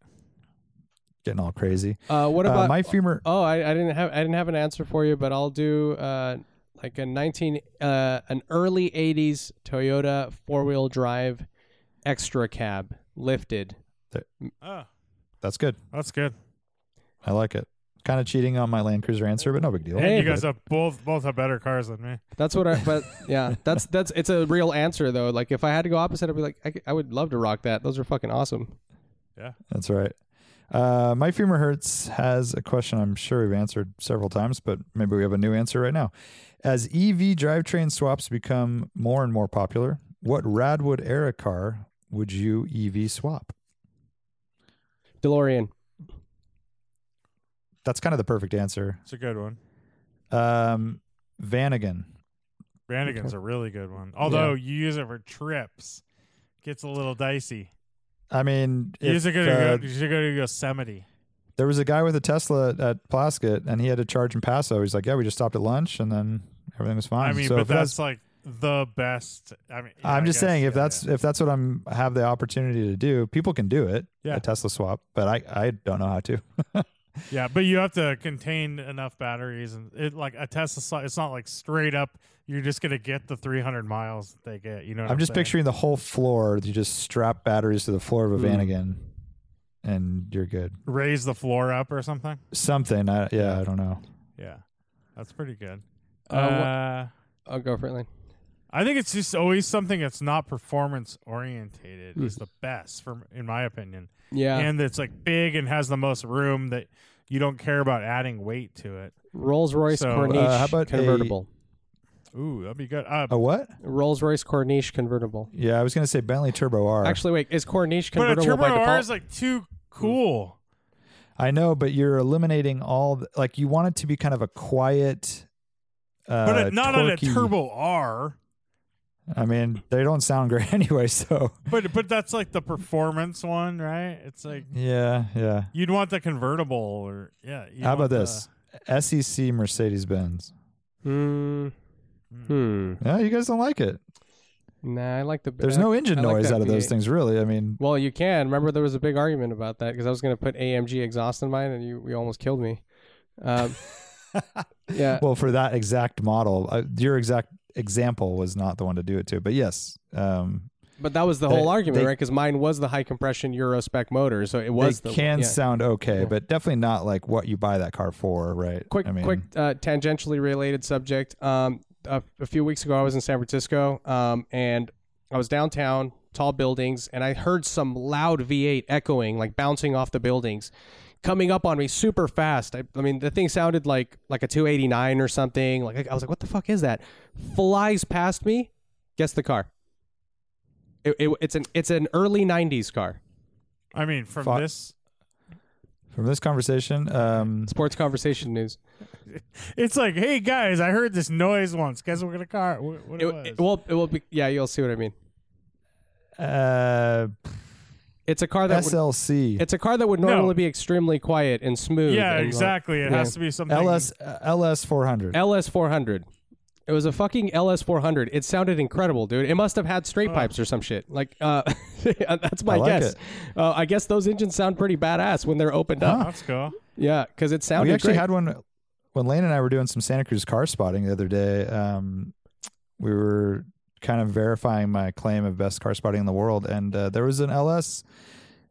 Speaker 4: getting all crazy
Speaker 3: Uh, what
Speaker 4: Uh,
Speaker 3: about
Speaker 4: my femur
Speaker 3: Oh, I, I didn't have I didn't have an answer for you, but I'll do uh, like a nineteen uh, an early '80s Toyota four wheel drive extra cab lifted.
Speaker 5: Oh,
Speaker 4: that's good
Speaker 5: that's good.
Speaker 4: i like it kind of cheating on my land cruiser answer but no big deal
Speaker 5: And
Speaker 3: Hey,
Speaker 5: you guys have both both have better cars than me.
Speaker 3: That's what I. But yeah, that's that's it's a real answer though. Like if I had to go opposite, I'd be like I, c- I would love to rock that. Those are fucking awesome.
Speaker 4: That's right. Uh, my femur hurts has a question I'm sure we've answered several times, but maybe we have a new answer right now. As EV drivetrain swaps become more and more popular, what Radwood era car would you EV swap?
Speaker 3: DeLorean.
Speaker 4: That's kind of the perfect answer.
Speaker 5: It's a good one.
Speaker 4: Um, Vanagon.
Speaker 5: Brannigan's a really good one. Although you use it for trips, gets a little dicey.
Speaker 4: I mean,
Speaker 5: You
Speaker 4: if,
Speaker 5: should go
Speaker 4: uh,
Speaker 5: to, go, you should go to Yosemite.
Speaker 4: there was a guy with a Tesla at Plaskett, and he had to charge in Paso. He's like, "Yeah, we just stopped at lunch, and then everything was fine."
Speaker 5: I mean,
Speaker 4: So
Speaker 5: but
Speaker 4: if it has-
Speaker 5: that's like the best. I mean, yeah,
Speaker 4: I'm
Speaker 5: I
Speaker 4: just
Speaker 5: guess,
Speaker 4: saying if
Speaker 5: yeah,
Speaker 4: that's
Speaker 5: yeah.
Speaker 4: if that's what I'm have the opportunity to do, people can do it.
Speaker 5: Yeah.
Speaker 4: A Tesla swap, but I I don't know how to.
Speaker 5: Yeah, but you have to contain enough batteries, and it like a Tesla. sli- It's not like straight up. You're just gonna get the 300 miles that they get. You know, what
Speaker 4: I'm just
Speaker 5: saying? Mm.
Speaker 4: picturing the whole floor. You just strap batteries to the floor of a van again, and you're good.
Speaker 5: Raise the floor up or something.
Speaker 4: Something. I, yeah, I don't know.
Speaker 5: Yeah, that's pretty good. Uh,
Speaker 3: Uh, I'll go for it, Lane.
Speaker 5: I think it's just always something that's not performance orientated is the best, for in my opinion,
Speaker 3: Yeah.
Speaker 5: and that's like big and has the most room that you don't care about adding weight to it.
Speaker 3: Rolls Royce
Speaker 5: So, uh,
Speaker 3: Corniche
Speaker 4: how about a-
Speaker 3: convertible.
Speaker 5: Ooh, that'd be good. Uh,
Speaker 4: A what?
Speaker 3: Rolls Royce Corniche convertible.
Speaker 4: Yeah, I was gonna say Bentley Turbo R.
Speaker 3: Actually, wait, is Corniche
Speaker 5: but a
Speaker 3: convertible
Speaker 5: turbo
Speaker 3: by default?
Speaker 5: R is like too cool.
Speaker 4: I know, but you're eliminating all. The, like you want it to be kind of a quiet. Uh,
Speaker 5: but it, not on a
Speaker 4: twerky-
Speaker 5: turbo R.
Speaker 4: I mean, they don't sound great anyway. So
Speaker 5: But but that's like the performance one, right? It's like
Speaker 4: yeah, yeah.
Speaker 5: you'd want the convertible or yeah. you
Speaker 4: How
Speaker 5: want
Speaker 4: about
Speaker 5: the-
Speaker 4: this? E SEC Mercedes Benz.
Speaker 3: Hmm. Hmm.
Speaker 4: Yeah, you guys don't like it.
Speaker 3: Nah, I like the.
Speaker 4: There's
Speaker 3: I-
Speaker 4: no engine
Speaker 3: I like
Speaker 4: noise
Speaker 3: that
Speaker 4: out of those
Speaker 3: V8.
Speaker 4: things, really. I mean,
Speaker 3: Well, you can. Remember, there was a big argument about that because I was going to put AMG exhaust in mine, and you, you almost killed me. Um, yeah.
Speaker 4: well, for that exact model, uh, your exact example was not the one to do it to. But yes, um,
Speaker 3: But that was the
Speaker 4: They-
Speaker 3: whole argument,
Speaker 4: they-
Speaker 3: right? Because mine was the high compression Euro spec motor, so it was
Speaker 4: they
Speaker 3: the
Speaker 4: can
Speaker 3: yeah.
Speaker 4: sound okay,
Speaker 3: Yeah.
Speaker 4: but definitely not like what you buy that car for, right?
Speaker 3: quick,
Speaker 4: I mean,
Speaker 3: quick, uh, tangentially related subject. Um, a, a few weeks ago, I was in San Francisco, um, and I was downtown, tall buildings, and I heard some loud V8 echoing, like bouncing off the buildings, coming up on me super fast. I, I mean, the thing sounded like like a 289 or something. Like I was like, what the fuck is that? Flies past me. Guess the car. It, it, it's an it's an early 90s car.
Speaker 5: I mean, from
Speaker 4: Fuck.
Speaker 5: this,
Speaker 4: From this conversation, um,
Speaker 3: Sports conversation news.
Speaker 5: it's like, hey guys, I heard this noise once. Guess what kind of car? What, what it,
Speaker 3: It,
Speaker 5: was?
Speaker 3: it, well, it will be. Yeah, you'll see what I mean.
Speaker 4: uh,
Speaker 3: It's a car that would-
Speaker 4: SLC,
Speaker 3: It's a car that would
Speaker 5: No.
Speaker 3: normally be extremely quiet and smooth.
Speaker 5: yeah,
Speaker 3: and, like,
Speaker 5: exactly. It
Speaker 3: yeah.
Speaker 5: has to be something.
Speaker 4: LS, uh, LS 400.
Speaker 3: LS 400. It was a fucking LS 400. It sounded incredible, dude. It must have had straight pipes or some shit. Like, uh, that's my
Speaker 4: I like
Speaker 3: guess.
Speaker 4: it.
Speaker 3: Uh, I guess those engines sound pretty badass when they're opened up.
Speaker 5: Let's go.
Speaker 3: Yeah, because it sounded
Speaker 4: Uh-huh. we actually
Speaker 3: great.
Speaker 4: had one when Lane and I were doing some Santa Cruz car spotting the other day. Um, we were kind of verifying my claim of best car spotting in the world, and uh, there was an LS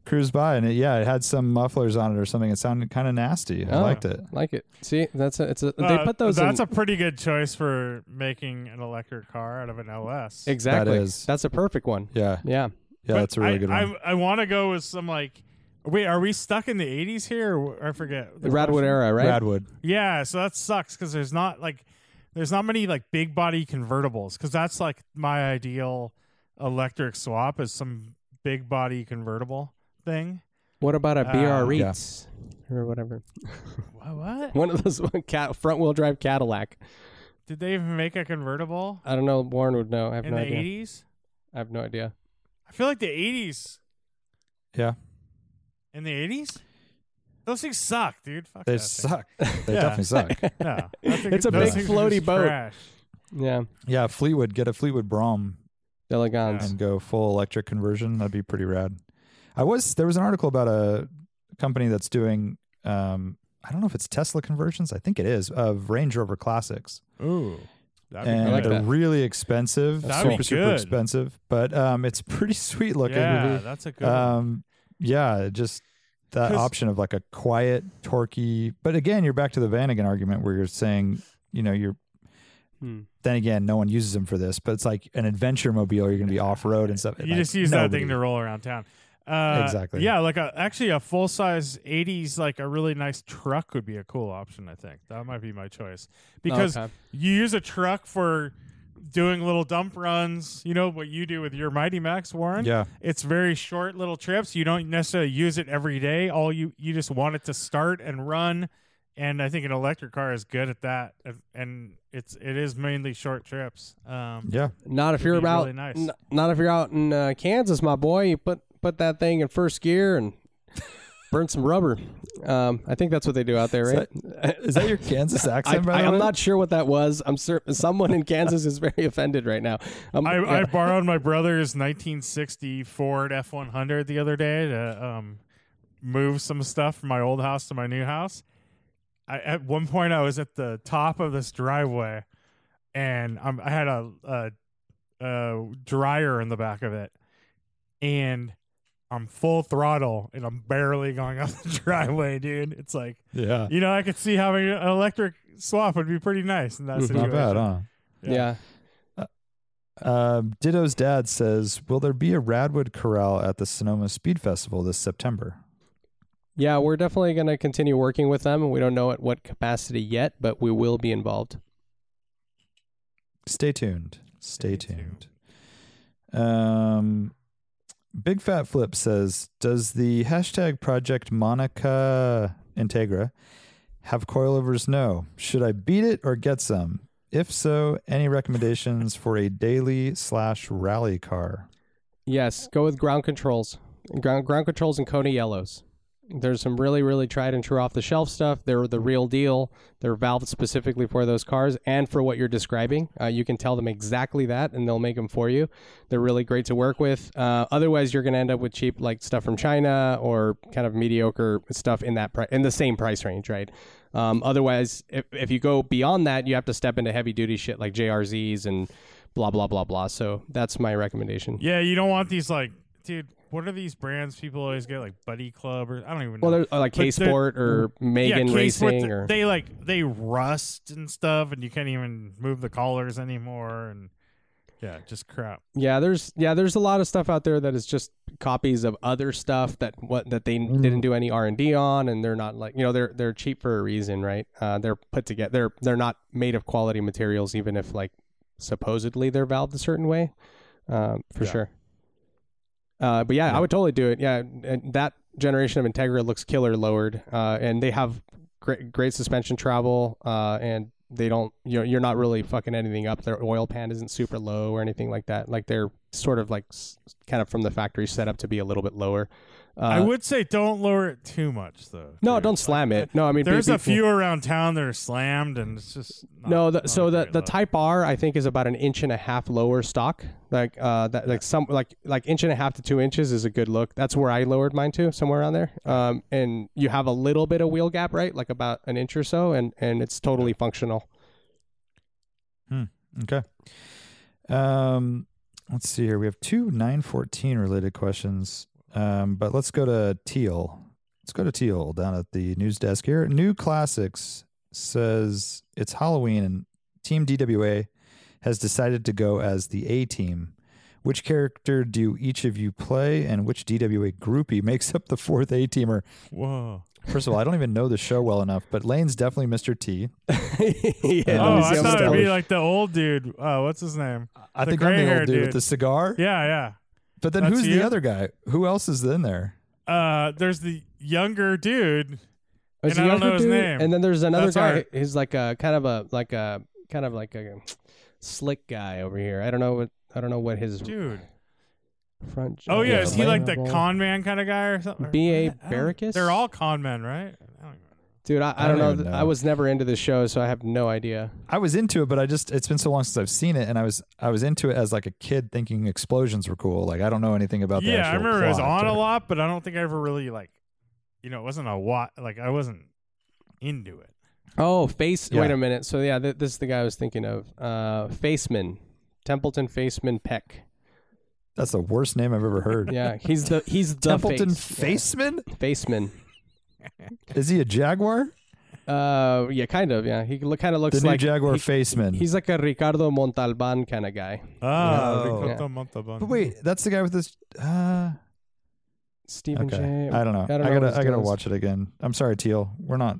Speaker 4: cruise by, and it, yeah, it had some mufflers on it or something. It sounded kind of nasty. I
Speaker 3: Oh.
Speaker 4: liked it.
Speaker 3: like it. See, that's a. It's a.
Speaker 5: Uh,
Speaker 3: they put those.
Speaker 5: That's
Speaker 3: in,
Speaker 5: a pretty good choice for making an electric car out of an LS.
Speaker 3: exactly.
Speaker 4: That is.
Speaker 3: That's a perfect one.
Speaker 4: Yeah,
Speaker 3: Yeah.
Speaker 4: yeah,
Speaker 5: But
Speaker 4: that's a really
Speaker 5: I,
Speaker 4: good one.
Speaker 5: I, I want to go with some like. Wait, are we stuck in the '80s here? Or I forget.
Speaker 3: The Radwood era, right?
Speaker 4: Radwood.
Speaker 5: Yeah, so that sucks because there's not like there's not many like big body convertibles because that's like my ideal electric swap is some big body convertible thing.
Speaker 3: What about a
Speaker 5: Uh,
Speaker 3: BR
Speaker 4: yeah.
Speaker 3: Reitz or whatever?
Speaker 5: What? what?
Speaker 3: One of those cat front wheel drive Cadillac.
Speaker 5: Did they even make a convertible
Speaker 3: I don't know. Warren would know. I have
Speaker 5: in
Speaker 3: no
Speaker 5: the
Speaker 3: idea.
Speaker 5: '80s?
Speaker 3: I have no idea.
Speaker 5: I feel like the '80s
Speaker 4: Yeah,
Speaker 5: in the '80s. Those things suck, dude. Fuck
Speaker 4: they
Speaker 5: that thing.
Speaker 4: suck. They
Speaker 5: Yeah.
Speaker 4: definitely suck.
Speaker 5: No, I think
Speaker 3: It's a
Speaker 5: those
Speaker 4: big
Speaker 5: things are
Speaker 3: floaty
Speaker 5: just
Speaker 3: boat.
Speaker 5: trash.
Speaker 3: Yeah,
Speaker 4: Yeah, Fleetwood. Get a Fleetwood Brougham
Speaker 3: Delegans.
Speaker 4: and go full electric conversion. That'd be pretty rad. I was there was an article about a company that's doing um I don't know if it's Tesla conversions. I think it is of Range Rover classics,
Speaker 5: Ooh, that'd
Speaker 4: and
Speaker 5: be
Speaker 3: like
Speaker 5: good.
Speaker 4: they're
Speaker 3: that.
Speaker 4: really expensive,
Speaker 5: That'd be
Speaker 4: super super
Speaker 5: good.
Speaker 4: expensive. But um, it's pretty sweet looking.
Speaker 5: yeah, that's a good. one.
Speaker 4: um, yeah, it just that
Speaker 5: 'Cause-
Speaker 4: option of like a quiet, torquey. But again, you're back to the Vanagon argument where you're saying, you know, you're
Speaker 3: Hmm.
Speaker 4: then again, no one uses them for this, but it's like an adventure mobile. You're going to be off road and stuff.
Speaker 5: You
Speaker 4: and, like,
Speaker 5: just use that
Speaker 4: nobody-
Speaker 5: thing to roll around town. Uh,
Speaker 4: Exactly.
Speaker 5: Yeah, like a actually a full size '80s, like a really nice truck would be a cool option. I think that might be my choice because
Speaker 3: Okay.
Speaker 5: you use a truck for doing little dump runs. You know what you do with your Mighty Max, Warren.
Speaker 4: Yeah,
Speaker 5: It's very short little trips. You don't necessarily use it every day. All you you just want it to start and run. And I think an electric car is good at that. And- And it's it is mainly short trips. Um,
Speaker 4: yeah.
Speaker 3: Not if you're
Speaker 5: be
Speaker 3: about
Speaker 5: really nice.
Speaker 3: n- not if you're out in uh, Kansas, my boy. You put put that thing in first gear and burn some rubber. Um, I think that's what they do out there, right?
Speaker 4: Is that your Kansas
Speaker 3: I,
Speaker 4: accent? by
Speaker 3: I,
Speaker 4: the
Speaker 3: am
Speaker 4: way?
Speaker 3: not sure what that was. I'm cer- someone in Kansas is very offended right now. Um,
Speaker 5: I,
Speaker 3: yeah.
Speaker 5: I borrowed my brother's 1960 Ford F100 the other day to um, move some stuff from my old house to my new house. I, at one point, I was at the top of this driveway, and i I had a, a, a dryer in the back of it, and I'm full throttle and I'm barely going up the driveway, dude. It's like,
Speaker 1: Yeah.
Speaker 5: you know, I could see having an electric swap would be pretty nice in that
Speaker 3: Mhm.
Speaker 5: situation.
Speaker 1: Not bad, huh?
Speaker 5: Yeah.
Speaker 3: yeah.
Speaker 4: Um, Ditto's dad says, "Will there be a Radwood Corral at the Sonoma Speed Festival this September?"
Speaker 3: Yeah, we're definitely going to continue working with them, and we don't know at what capacity yet, but we will be involved.
Speaker 4: Stay tuned. Stay,
Speaker 5: Stay
Speaker 4: tuned. Um, Big Fat Flip says, "Does the hashtag Project Monica Integra have coilovers? No. Should I beat it or get some? If so, any recommendations for a daily slash rally car?
Speaker 3: Yes, go with ground controls. Ground, ground controls and Kona yellows. There's some really, really tried and true off the shelf stuff. They're the real deal. They're valved specifically for those cars and for what you're describing. Uh, you can tell them exactly that and they'll make them for you. They're really great to work with. Uh, otherwise, you're going to end up with cheap, like stuff from China or kind of mediocre stuff in that pri- in the same price range, right? Um, otherwise, if, if you go beyond that, you have to step into heavy duty shit like JRZs and blah, blah, blah, blah. So that's my recommendation.
Speaker 5: Yeah, you don't want these like, dude. What are these brands people always get? Like Buddy Club or I don't even know.
Speaker 3: Well, there's uh, like
Speaker 5: But Mm-hmm.
Speaker 3: K Sport or Megan
Speaker 5: yeah, Case
Speaker 3: Racing
Speaker 5: what the-
Speaker 3: or
Speaker 5: they like they rust and stuff, and you can't even move the collars anymore, and yeah, just crap.
Speaker 3: yeah, there's yeah, there's a lot of stuff out there that is just copies of other stuff that what that they
Speaker 5: Mm-hmm.
Speaker 3: didn't do any R and D on, and they're not like you know they're they're cheap for a reason, right? Uh, they're put together, they're they're not made of quality materials, even if like supposedly they're valved a certain way, um, for sure. Uh, but yeah, I would totally do it. Yeah, and that generation of Integra looks killer lowered, uh, and they have great great suspension travel, uh, and they don't you're you're not really fucking anything up. Their oil pan isn't super low or anything like that. Like they're sort of like s- kind of from the factory set up to be a little bit lower. Uh,
Speaker 5: I would say don't lower it too much though.
Speaker 3: no,
Speaker 5: dude.
Speaker 3: don't slam it. No, I mean be-
Speaker 5: There's
Speaker 3: be-
Speaker 5: a few around town that are slammed, and it's just not,
Speaker 3: no,
Speaker 5: not
Speaker 3: the,
Speaker 5: a
Speaker 3: so the
Speaker 5: great
Speaker 3: the
Speaker 5: look.
Speaker 3: Type R I think is about an inch and a half lower stock. Like uh, that, like some like like inch and a half to two inches is a good look. That's where I lowered mine to, somewhere around there. Um, and you have a little bit of wheel gap, right? Like about an inch or so, and and it's totally functional.
Speaker 4: Okay. Um, let's see here. We have two 914 related questions. Um, but let's go to Teal. Let's go to Teal down at the news desk here. New Classics says it's Halloween and Team DWA has decided to go as the A team. Which character do each of you play and which DWA groupie makes up the fourth A teamer?
Speaker 5: Whoa.
Speaker 4: First of all, I don't even know the show well enough, but Lane's definitely Mr. T.
Speaker 5: Oh,
Speaker 3: Yeah,
Speaker 4: he's
Speaker 5: I
Speaker 4: young
Speaker 5: thought it'd be
Speaker 4: stylish.
Speaker 5: like the old dude. Uh, what's his name?
Speaker 4: I
Speaker 5: The
Speaker 4: think I'm the old
Speaker 5: gray-haired
Speaker 4: dude, with
Speaker 5: dude.
Speaker 4: the cigar.
Speaker 5: Yeah,
Speaker 4: But then
Speaker 5: That's
Speaker 4: who's
Speaker 5: you?
Speaker 4: the other guy? Who else is in there?
Speaker 5: yeah. Uh, there's the younger dude.
Speaker 3: There's
Speaker 5: And I
Speaker 3: a
Speaker 5: don't
Speaker 3: younger
Speaker 5: know his
Speaker 3: dude,
Speaker 5: name.
Speaker 3: And then there's another
Speaker 5: That's
Speaker 3: guy
Speaker 5: art.
Speaker 3: who's like a kind of a like a kind of like a slick guy over here. I don't know what I don't know what his
Speaker 5: Dude.
Speaker 3: front.
Speaker 5: Oh yeah,
Speaker 4: yeah,
Speaker 5: is he like the
Speaker 4: Lane Ball.
Speaker 5: con man kind of guy or something?
Speaker 3: B.A.
Speaker 5: I don't-
Speaker 3: Barracus?
Speaker 5: They're all con men, right? I don't even-
Speaker 3: Dude, I, I,
Speaker 4: I
Speaker 3: don't
Speaker 4: don't
Speaker 3: know.
Speaker 4: even
Speaker 3: th-
Speaker 4: know.
Speaker 3: I was never into the show, so I have no idea.
Speaker 4: I was into it, but I just it's been so long since I've seen it, and I was I was into it as like a kid thinking explosions were cool. Like I don't know anything about the
Speaker 5: Yeah, I
Speaker 4: actual
Speaker 5: remember it was
Speaker 4: plot
Speaker 5: on a
Speaker 4: or-
Speaker 5: lot, but I don't think I ever really like. You know, it wasn't a lot. Like I wasn't into it.
Speaker 3: Oh, face.
Speaker 4: Yeah.
Speaker 3: Wait a minute. So yeah, th- this is the guy I was thinking of. Uh, Faceman, Templeton Faceman Peck.
Speaker 4: That's the worst name I've ever heard.
Speaker 3: Yeah, he's the he's the
Speaker 4: Templeton
Speaker 3: face.
Speaker 4: Faceman?
Speaker 3: Yeah. Faceman.
Speaker 4: Is he a Jaguar?
Speaker 3: Uh, yeah, kind of. Yeah, he look, kind of looks
Speaker 4: The new
Speaker 3: like
Speaker 4: Jaguar
Speaker 3: he-
Speaker 4: Faceman.
Speaker 3: He's like a Ricardo Montalban kind of guy.
Speaker 5: Oh,
Speaker 4: Oh.
Speaker 5: they
Speaker 3: Yeah.
Speaker 5: cut them up the bun.
Speaker 4: but wait, that's the guy with this. Uh,
Speaker 3: Stephen
Speaker 4: okay,
Speaker 3: J.
Speaker 4: I don't know. I,
Speaker 3: I don't know what
Speaker 4: gotta
Speaker 3: his
Speaker 4: I gotta
Speaker 3: deal is.
Speaker 4: watch it again. I'm sorry, Teal. We're not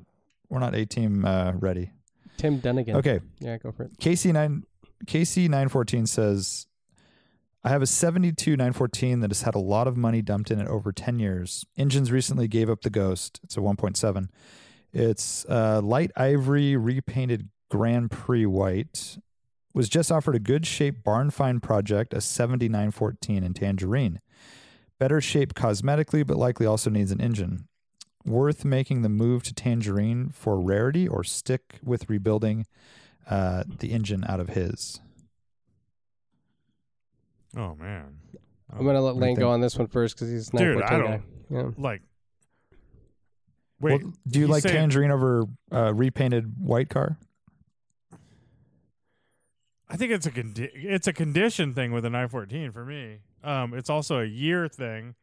Speaker 4: we're not a team uh, ready.
Speaker 3: Tim Dunnigan.
Speaker 4: Okay,
Speaker 3: Yeah, go for it.
Speaker 4: KC nine KC nine fourteen says, I have a seventy two nine fourteen that has had a lot of money dumped in it over ten years. Engines recently gave up the ghost. It's a one point seven. It's uh, light ivory repainted Grand Prix white. Was just offered a good shape barn find project, a seventy nine fourteen in tangerine. Better shape cosmetically, but likely also needs an engine. Worth making the move to tangerine for rarity, or stick with rebuilding uh, the engine out of his.
Speaker 5: Oh man.
Speaker 3: I'm gonna let
Speaker 4: What do you
Speaker 3: Lane go
Speaker 4: Oh, think?
Speaker 3: on this one first because he's not
Speaker 5: Dude, I don't-
Speaker 3: Yeah.
Speaker 5: Like. Wait,
Speaker 4: well, do you
Speaker 5: he's
Speaker 4: like
Speaker 5: saying-
Speaker 4: tangerine over uh, repainted white car?
Speaker 5: I think it's a condi- it's a condition thing with a 914 for me. Um, it's also a year thing.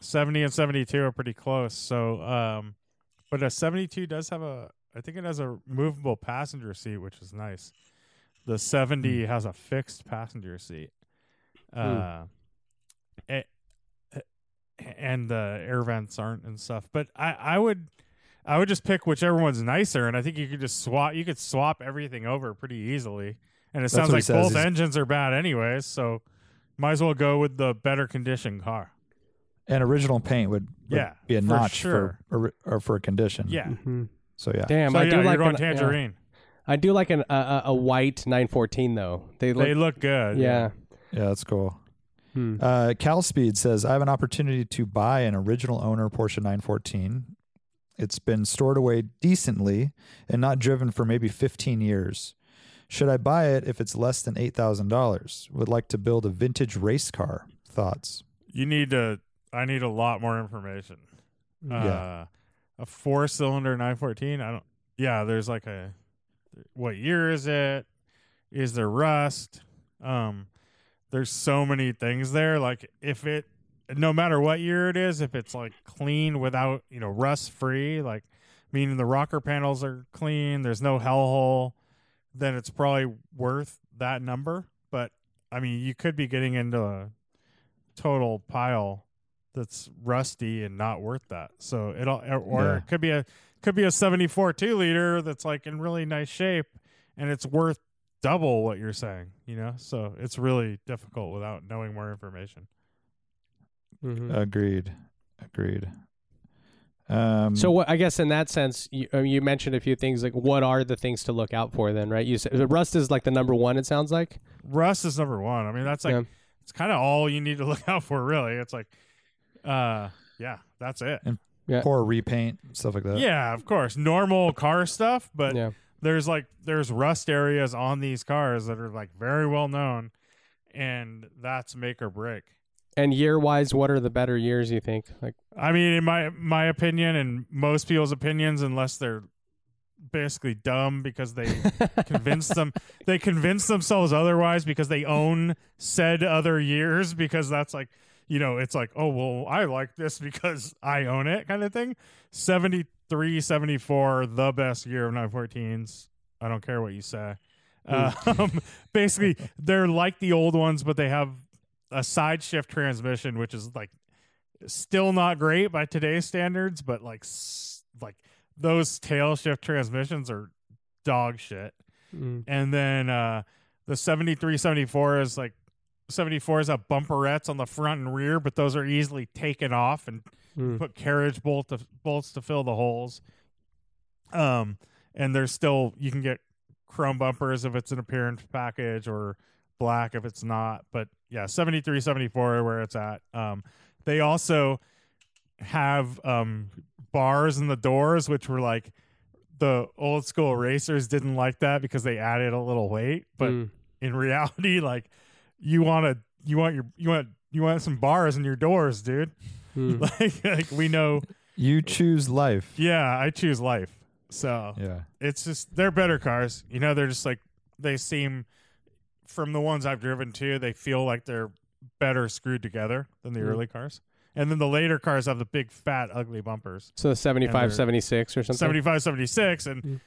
Speaker 5: 70 and 72 are pretty close. So, um, but a 72 does have a, I think it has a movable passenger seat, which is nice. The 70
Speaker 4: Hmm.
Speaker 5: has a fixed passenger seat. Uh, it, and the air vents aren't and stuff. But I, I would, I would just pick whichever one's nicer, and I think you could just swap. You could swap everything over pretty easily, and it
Speaker 4: That's
Speaker 5: sounds
Speaker 4: what he
Speaker 5: like
Speaker 4: says.
Speaker 5: both
Speaker 4: He's-
Speaker 5: engines are bad anyways. So, might as well go with the better conditioned car.
Speaker 4: And original paint would, would
Speaker 5: Yeah,
Speaker 4: be a
Speaker 5: for
Speaker 4: notch
Speaker 5: sure.
Speaker 4: for or, or for a condition.
Speaker 5: Yeah.
Speaker 4: So yeah.
Speaker 3: Damn,
Speaker 5: so
Speaker 3: I
Speaker 5: yeah,
Speaker 3: do
Speaker 5: you're
Speaker 3: like
Speaker 5: going
Speaker 3: an- yeah.
Speaker 5: tangerine.
Speaker 3: I do like an, a- a a white 914 though. They look.
Speaker 5: They look good.
Speaker 3: yeah.
Speaker 4: Yeah, that's cool.
Speaker 3: Hmm.
Speaker 4: Uh, Cal Speed says, I have an opportunity to buy an original owner Porsche 914. It's been stored away decently and not driven for maybe 15 years. Should I buy it if it's less than $8,000? Would like to build a vintage race car. Thoughts?
Speaker 5: You need to. I need a lot more information. Uh,
Speaker 4: Yeah.
Speaker 5: a four cylinder 914. I don't. Yeah, there's like a. What year is it? Is there rust? Um, there's so many things there. Like if it, no matter what year it is, if it's like clean without you know rust free, like meaning the rocker panels are clean, there's no hellhole, then it's probably worth that number. But I mean, you could be getting into a total pile that's rusty and not worth that. So it all, or
Speaker 4: Yeah.
Speaker 5: it could be a could be a 74 two liter that's like in really nice shape and it's worth double what you're saying. You know, so it's really difficult without knowing more information.
Speaker 3: Mhm.
Speaker 4: Agreed. Agreed. Um,
Speaker 3: So what, I guess in that sense, you, I mean, you mentioned a few things. Like, what are the things to look out for? Then, right? You said uh, rust is like the number one. It sounds like.
Speaker 5: Rust is number one. I mean, that's like
Speaker 3: Yeah.
Speaker 5: it's kind of all you need to look out for, really. It's like, uh, yeah, that's it.
Speaker 4: poor repaint, stuff like that.
Speaker 5: Yeah, of course, normal car stuff, but
Speaker 3: yeah.
Speaker 5: there's like there's rust areas on these cars that are like very well known, and that's make or break.
Speaker 3: And year wise, what are the better years? You think? Like,
Speaker 5: I mean, in my my opinion, and most people's opinions, unless they're basically dumb because they convince them they convince themselves otherwise because they own said other years because that's like you know it's like oh well i like this because i own it kind of thing 73 74 the best year of 914s i don't care what you say um, basically they're like the old ones but they have a side shift transmission which is like still not great by today's standards but like s- like those tail shift transmissions are dog shit
Speaker 3: mm,
Speaker 5: and then uh the 73 74 is like 74s have bumperettes on the front and rear but those are easily taken off and
Speaker 3: Mm.
Speaker 5: put carriage bolt to, bolts to fill the holes um and there's still you can get chrome bumpers if it's an appearance package or black if it's not but yeah 73 74 where it's at um they also have um bars in the doors which were like the old school racers didn't like that because they added a little weight but
Speaker 3: Mm.
Speaker 5: in reality like you want to you want your you want you want some bars in your doors dude
Speaker 4: Hmm.
Speaker 3: Mm.
Speaker 5: like like we know
Speaker 4: You choose life.
Speaker 5: yeah i choose life so
Speaker 4: Yeah.
Speaker 5: it's just they're better cars you know they're just like they seem from the ones i've driven to they feel like they're better screwed together than
Speaker 4: Hmm.
Speaker 5: the
Speaker 3: Mm.
Speaker 5: early cars and then the later cars have the big fat ugly bumpers
Speaker 3: so 75,
Speaker 5: And they're-
Speaker 3: 76 or something.
Speaker 5: 75 76 and
Speaker 3: Mm.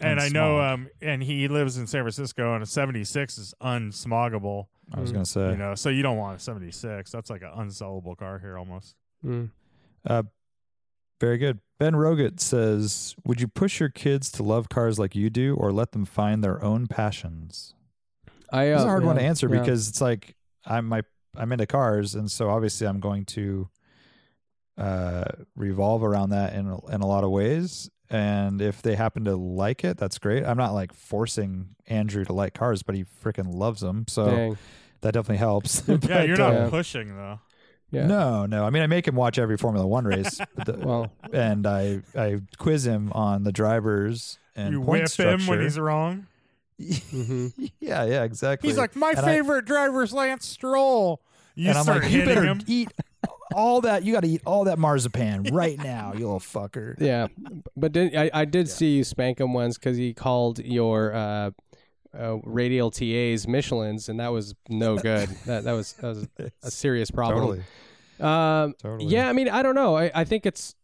Speaker 5: and i know
Speaker 4: Hmm. Unsmog.
Speaker 5: um and he lives in san francisco and a 76 is unsmoggable
Speaker 4: I was
Speaker 3: Mm.
Speaker 4: going to say.
Speaker 5: you know so you don't want a 76 that's like an unsellable car here almost
Speaker 3: Mm.
Speaker 4: Uh, very good. Ben Rogat says, "Would you push your kids to love cars like you do, or let them find their own passions?"
Speaker 3: I, uh,
Speaker 4: it's a hard one to
Speaker 3: yeah,
Speaker 4: answer
Speaker 3: yeah.
Speaker 4: because it's like I'm my I'm into cars, and so obviously I'm going to uh, revolve around that in a- in a lot of ways. And if they happen to like it, that's great. I'm not like forcing Andrew to like cars, but he freaking loves them, so
Speaker 3: Dang.
Speaker 4: that definitely helps.
Speaker 5: yeah
Speaker 4: But,
Speaker 5: you're not
Speaker 3: uh,
Speaker 5: pushing though
Speaker 3: Yeah.
Speaker 4: No, no. I mean, I make him watch every Formula One race, but the-
Speaker 3: Well,
Speaker 4: and I I quiz him on the drivers and
Speaker 5: you
Speaker 4: point
Speaker 5: whip
Speaker 4: structure.
Speaker 5: him when he's wrong
Speaker 3: mhm.
Speaker 4: yeah, yeah, exactly.
Speaker 5: he's like my
Speaker 4: And I-
Speaker 5: favorite driver's lance stroll you
Speaker 4: and I'm
Speaker 5: start
Speaker 4: like, you
Speaker 5: hitting
Speaker 4: better
Speaker 5: him
Speaker 4: eat all that. You got to eat all that marzipan right now, you little fucker.
Speaker 3: yeah. But did, I, I did see you spank him once because he called your uh, uh, radial TAs Michelin's, and that was no good. that that was that was a serious problem. Um,
Speaker 1: Totally.
Speaker 3: Yeah, I mean, I don't know. I, I think it's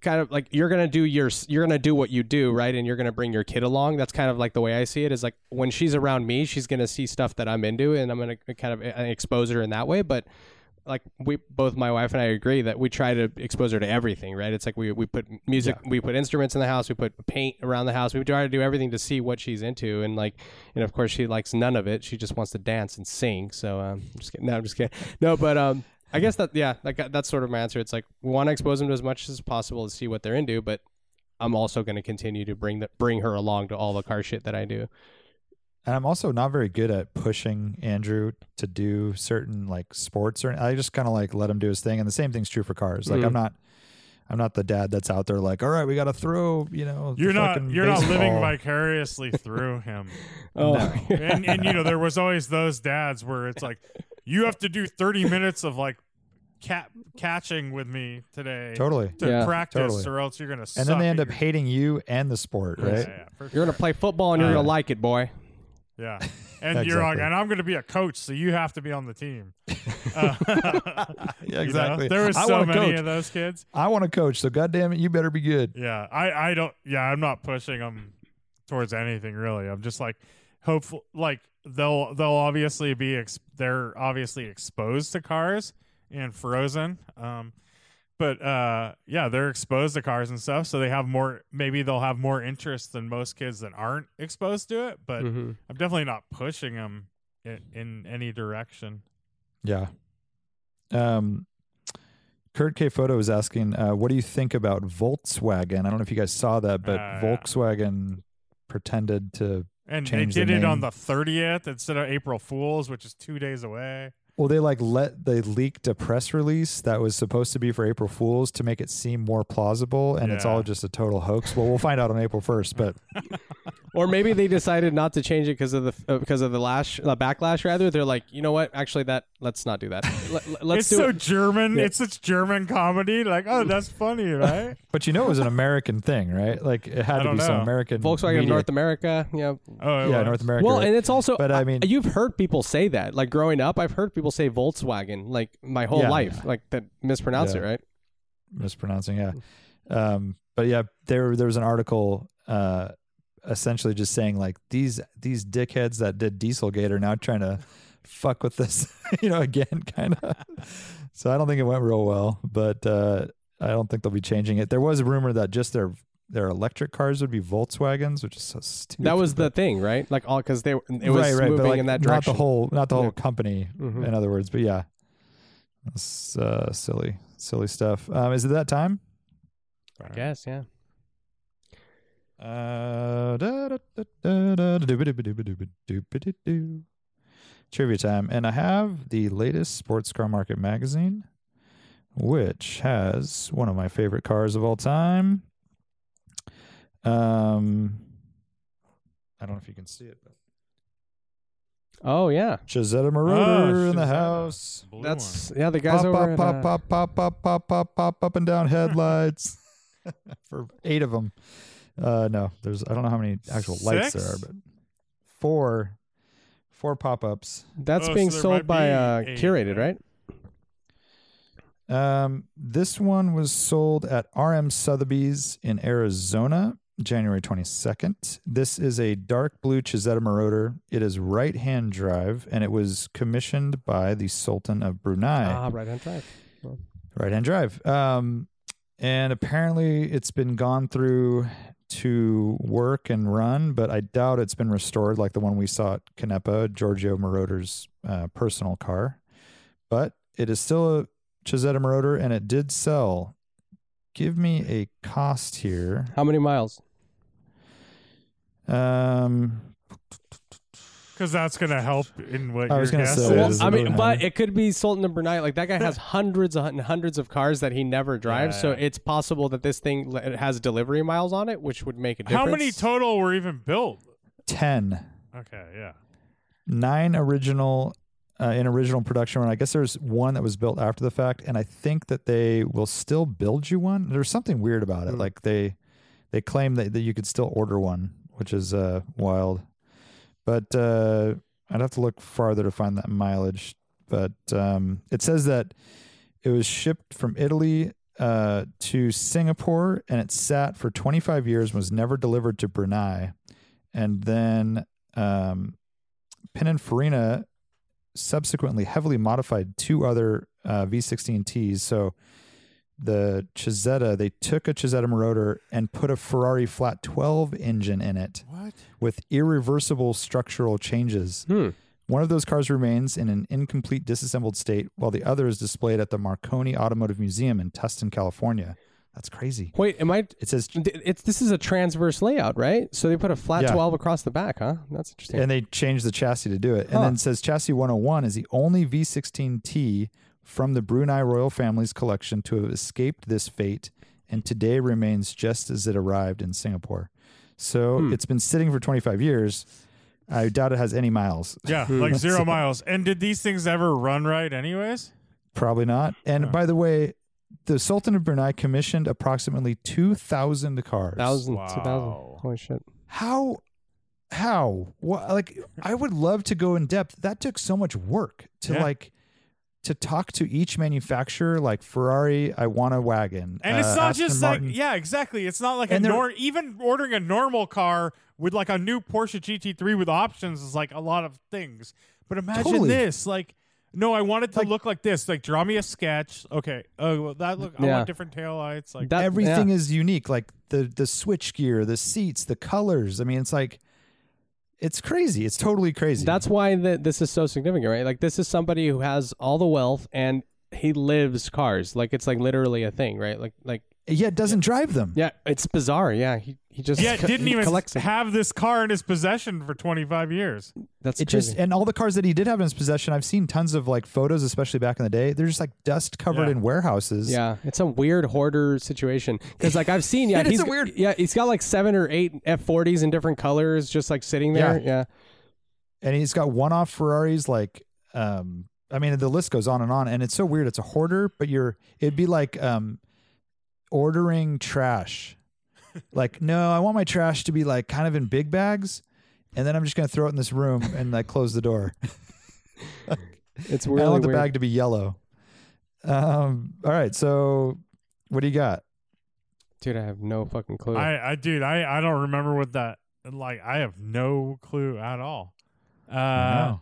Speaker 3: kind of like you're gonna do your you're gonna do what you do, right? And you're gonna bring your kid along. That's kind of like the way I see it. Is like when she's around me, she's gonna see stuff that I'm into, and I'm gonna kind of uh, expose her in that way. But like we both my wife and I agree that we try to expose her to everything, right? It's like we we put music, we put instruments in the house, we put paint around the house. We try to do everything to see what she's into, and like, and of course she likes none of it. She just wants to dance and sing. So um, I'm just kidding. No, I'm just kidding. No, but um, I guess that yeah, like uh, that's sort of my answer. It's like we want to expose them to as much as possible to see what they're into, but I'm also going to continue to bring the, bring her along to all the car shit that I do.
Speaker 4: And I'm also not very good at pushing Andrew to do certain like sports or I just kind of like let him do his thing. And the same thing's true for cars.
Speaker 5: Mm.
Speaker 4: Like I'm not, I'm not the dad that's out there like, all right, we got to throw. You know, the
Speaker 5: You're not
Speaker 4: fucking
Speaker 5: you're not living
Speaker 4: baseball."
Speaker 5: vicariously through him.
Speaker 3: Oh,
Speaker 5: And and you know there was always those dads where it's like you have to do 30 minutes of like cat catching with me today
Speaker 4: totally.
Speaker 5: to
Speaker 3: Yeah,
Speaker 5: practice
Speaker 4: totally.
Speaker 5: or else you're going to
Speaker 4: And then they end up hating you and the sport,
Speaker 5: yeah,
Speaker 4: right?
Speaker 5: yeah, for
Speaker 3: you're going to play football and you're
Speaker 5: Uh,
Speaker 3: going to like it, boy.
Speaker 5: Yeah. And you're like,
Speaker 4: Exactly.
Speaker 5: and I'm going to be a coach, so you have to be on the team. Uh,
Speaker 4: Yeah,
Speaker 5: you know?
Speaker 4: exactly.
Speaker 5: There were
Speaker 4: I
Speaker 5: so
Speaker 4: want to
Speaker 5: many
Speaker 4: coach.
Speaker 5: of those kids.
Speaker 4: I want to coach, so goddamn it, you better be good.
Speaker 5: Yeah. I, I don't, yeah, I'm not pushing them towards anything really. I'm just like, hopeful, like they'll, they'll obviously be, ex- they're obviously exposed to cars and frozen. Um, but uh, yeah, they're exposed to cars and stuff, so they have more. Maybe they'll have more interest than most kids that aren't exposed to it.
Speaker 4: Mm-hmm.
Speaker 5: But
Speaker 3: Mhm.
Speaker 5: I'm definitely not pushing them in, in any direction.
Speaker 4: Yeah. Um, Kurt K. Photo is asking, uh, what do you think about Volkswagen? I don't know if you guys saw that, but
Speaker 5: Uh, yeah.
Speaker 4: Volkswagen pretended to.
Speaker 5: And
Speaker 4: Change
Speaker 5: they
Speaker 4: the
Speaker 5: did it on
Speaker 4: name.
Speaker 5: the 30th instead of April Fools, which is two days away.
Speaker 4: Well, they like let they leaked a press release that was supposed to be for April Fools to make it seem more plausible, and it's
Speaker 5: Yeah.
Speaker 4: all just a total hoax. Well, we'll find out on April first, but
Speaker 3: Or maybe they decided not to change it because of the uh, because of the lash the backlash. Rather, they're like, you know what? Actually, that let's not do that. Let, let- let's
Speaker 5: it's
Speaker 3: do
Speaker 5: so
Speaker 3: it.
Speaker 5: German.
Speaker 3: Yeah.
Speaker 5: It's such German comedy. Like, oh, that's funny, right?
Speaker 4: but you know it was an American thing, right? Like it had
Speaker 5: I
Speaker 4: to
Speaker 5: don't
Speaker 4: be some
Speaker 5: know.
Speaker 4: American
Speaker 3: Volkswagen of
Speaker 4: media-
Speaker 3: North America. Yeah.
Speaker 5: oh, it
Speaker 4: yeah
Speaker 5: was.
Speaker 4: North America.
Speaker 3: Well,
Speaker 4: right?
Speaker 3: and it's also.
Speaker 4: But, I mean-
Speaker 3: you've heard people say that. Like growing up, I've heard people say Volkswagen like my whole
Speaker 4: Yeah.
Speaker 3: life. Like that mispronounce
Speaker 4: Yeah.
Speaker 3: it, right?
Speaker 4: mispronouncing. Yeah. Um, but yeah, there there was an article uh, essentially just saying like these these dickheads that did Dieselgate are now trying to fuck with this, you know, again, kind of. so I don't think it went real well, but uh, I don't think they'll be changing it. There was a rumor that just their their electric cars would be Volkswagens, which is so stupid.
Speaker 3: That was the thing, right? Like all because they it was moving
Speaker 4: like,
Speaker 3: in that direction.
Speaker 4: Not the whole, not the whole
Speaker 3: Yeah.
Speaker 4: company,
Speaker 3: Mhm.
Speaker 4: in other words. But yeah, that's uh, silly, silly stuff. Um, is it that time?
Speaker 3: I guess, yeah.
Speaker 4: Uh, da- da- da- da- da- da- doobity-doobity-doobity-doobity-doo. Trivia time, and I have the latest sports car market magazine, which has one of my favorite cars of all time. Um, I don't know if you can see it, but
Speaker 3: Oh yeah,
Speaker 4: Gisetta
Speaker 5: Oh, shit,
Speaker 4: Marauder in the
Speaker 5: is that a
Speaker 4: house.
Speaker 5: blue
Speaker 3: that's yeah. The guys
Speaker 4: Pop,
Speaker 3: over
Speaker 4: pop,
Speaker 3: at,
Speaker 4: pop,
Speaker 3: uh,
Speaker 4: pop, pop, pop, pop, pop, pop, up and down headlights for eight of them. Uh, no, there's I don't know how many actual lights there are,
Speaker 5: Six?
Speaker 4: but four, four pop-ups.
Speaker 3: That's
Speaker 5: Oh,
Speaker 3: being
Speaker 5: so there
Speaker 3: sold
Speaker 5: might
Speaker 3: by
Speaker 5: be
Speaker 3: uh,
Speaker 5: a-
Speaker 3: Curated, right?
Speaker 4: Um, this one was sold at RM Sotheby's in Arizona, January 22nd. This is a dark blue Chisetta Marauder. It is right-hand drive, and it was commissioned by the Sultan of Brunei.
Speaker 3: Ah, right hand drive.
Speaker 4: right hand drive. Um, and apparently it's been gone through to work and run, but I doubt it's been restored like the one we saw at Canepa, Giorgio Moroder's uh, personal car. But it is still a Chisetta Moroder and it did sell. Give me a cost here.
Speaker 3: How many miles?
Speaker 4: Um,
Speaker 5: Because that's going to help in what
Speaker 4: I
Speaker 5: your
Speaker 4: was gonna
Speaker 5: guess
Speaker 4: say,
Speaker 5: is.
Speaker 4: Well, is
Speaker 3: I
Speaker 4: it
Speaker 3: mean,
Speaker 4: really
Speaker 3: but
Speaker 4: high?
Speaker 3: it could be Sultan of Brunei. Like that guy has hundreds and hundreds of cars that he never drives. So
Speaker 5: Yeah.
Speaker 3: it's possible that this thing le- it has delivery miles on it, which would make a difference.
Speaker 5: How many total were even built?
Speaker 4: 10.
Speaker 5: Okay, yeah.
Speaker 4: nine original uh, in original production run. I guess there's one that was built after the fact, and I think that they will still build you one. There's something weird about it. Like they they claim that, that you could still order one, which is uh, wild. But uh, I'd have to look farther to find that mileage. But um, it says that It was shipped from Italy uh, to Singapore and it sat for 25 years and was never delivered to Brunei. And then um, Pininfarina subsequently heavily modified two other uh, V16Ts. So the Chisetta, they took a Chisetta Marauder and put a Ferrari flat 12 engine in it
Speaker 5: What?
Speaker 4: with irreversible structural changes.
Speaker 3: Hmm.
Speaker 4: One of those cars remains in an incomplete disassembled state, while the other is displayed at the Marconi Automotive Museum in Tustin, California. That's crazy.
Speaker 3: Wait, am I?
Speaker 4: It says,
Speaker 3: It's this is a transverse layout, right? So they put a flat
Speaker 4: Yeah.
Speaker 3: twelve across the back, huh? That's interesting.
Speaker 4: and they changed the chassis to do it. And
Speaker 3: Huh.
Speaker 4: then it says chassis 101 is the only V16T from the Brunei royal family's collection to have escaped this fate, and today remains just as it arrived in Singapore. So
Speaker 3: Hmm.
Speaker 4: it's been sitting for 25 years. I doubt it has any miles.
Speaker 5: Yeah, like zero miles. And did these things ever run right, anyways?
Speaker 4: Probably not. And by the way, the Sultan of Brunei commissioned approximately 2,000 cars.
Speaker 3: thousand, two thousand.
Speaker 5: Wow.
Speaker 3: Holy shit!
Speaker 4: How? How? What? Like, I would love to go in depth. That took so much work to
Speaker 5: Yeah.
Speaker 4: like to talk to each manufacturer. Like Ferrari, I want a wagon,
Speaker 5: And it's
Speaker 4: Uh,
Speaker 5: not
Speaker 4: Aston
Speaker 5: just
Speaker 4: Martin,
Speaker 5: like yeah, exactly. It's not like
Speaker 4: And
Speaker 5: a
Speaker 4: they're-
Speaker 5: nor- even ordering a normal car with like a new Porsche GT3 with options is like a lot of things. But imagine
Speaker 4: Totally.
Speaker 5: this, like no, I want it to
Speaker 4: Like-
Speaker 5: look like this. Like draw me a sketch. Okay. Oh, well that look I
Speaker 3: Yeah.
Speaker 5: want different taillights like
Speaker 3: That-
Speaker 4: everything is unique. Like the the switch gear, the seats, the colors. I mean, it's like it's crazy. It's totally crazy.
Speaker 3: That's why that this is so significant, right? Like this is somebody who has all the wealth and he lives cars. Like it's like literally a thing, right? Like like
Speaker 4: yeah. It doesn't drive them.
Speaker 3: yeah, it's bizarre. Yeah, he he just
Speaker 5: yeah, it didn't
Speaker 3: he
Speaker 5: even
Speaker 3: collects it.
Speaker 5: have this car in his possession for 25 years.
Speaker 3: That's
Speaker 4: it
Speaker 3: crazy.
Speaker 4: just and all the cars that he did have in his possession i've seen tons of like photos especially back in the day they're just like dust covered
Speaker 5: Yeah.
Speaker 4: in warehouses
Speaker 3: yeah, it's a weird hoarder situation because like I've seen yeah
Speaker 4: It is
Speaker 3: he's
Speaker 4: a weird-
Speaker 3: yeah he's got like seven or eight F forties in different colors just like sitting there yeah,
Speaker 4: and he's got one-off ferraris like um i mean the list goes on and on and it's so weird it's a hoarder but you're it'd be like um ordering trash like no i want my trash to be like kind of in big bags and then i'm just going to throw it in this room and like close the door
Speaker 3: it's
Speaker 4: i
Speaker 3: really
Speaker 4: want the
Speaker 3: weird.
Speaker 4: bag to be yellow um all right so what do you got
Speaker 3: Dude, I have no fucking clue.
Speaker 5: I, I dude, I, I don't remember what that like I have no clue at all. Uh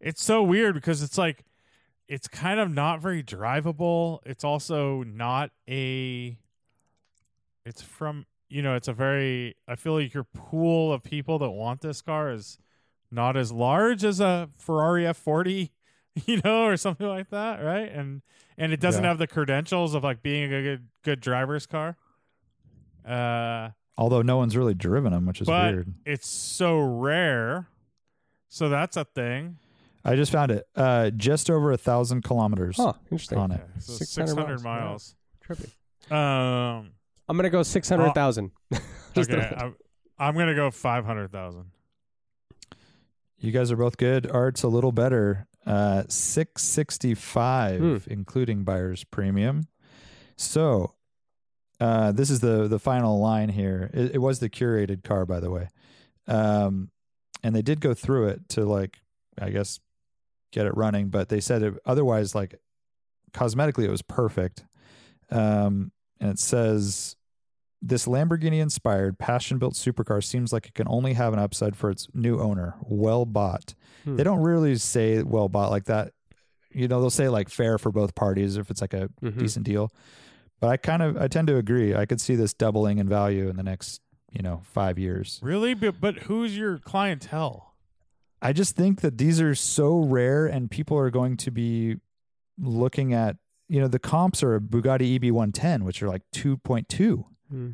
Speaker 5: it's so weird because it's like it's kind of not very drivable. It's also not a it's from you know, it's a very I feel like your pool of people that want this car is not as large as a Ferrari F40, you know, or something like that, right? And and it doesn't
Speaker 4: Yeah.
Speaker 5: have the credentials of like being a good good driver's car. Uh
Speaker 4: although no one's really driven them which is
Speaker 5: but
Speaker 4: weird
Speaker 5: it's so rare. So that's a thing.
Speaker 4: I just found it. Uh, just over a thousand kilometers
Speaker 3: huh, interesting.
Speaker 4: on it.
Speaker 5: Okay, so
Speaker 3: 600
Speaker 5: 600, miles.
Speaker 3: miles. Trippy.
Speaker 5: Um,
Speaker 3: I'm gonna go six hundred thousand. Just
Speaker 5: okay, I, I'm gonna go five hundred thousand.
Speaker 4: You guys are both good. Art's a little better. Uh, six sixty five,
Speaker 3: Hmm.
Speaker 4: including buyer's premium. So, uh, this is the the final line here. It, it was the curated car, by the way, um, and they did go through it to like, I guess, get it running. But they said it, otherwise, like, cosmetically, it was perfect. Um, and it says This Lamborghini inspired, passion built supercar seems like it can only have an upside for its new owner. Well bought.
Speaker 3: Hmm.
Speaker 4: They don't really say well bought like that. You know, they'll say like fair for both parties if it's like a
Speaker 3: Mhm.
Speaker 5: Mm-hmm.
Speaker 4: decent deal. But I kind of, I tend to agree. I could see this doubling in value in the next, you know, five years.
Speaker 5: Really, but but who's your clientele?
Speaker 4: I just think that these are so rare and people are going to be looking at, you know, the comps are Bugatti E EB110, which are like 2.2.
Speaker 3: Hmm.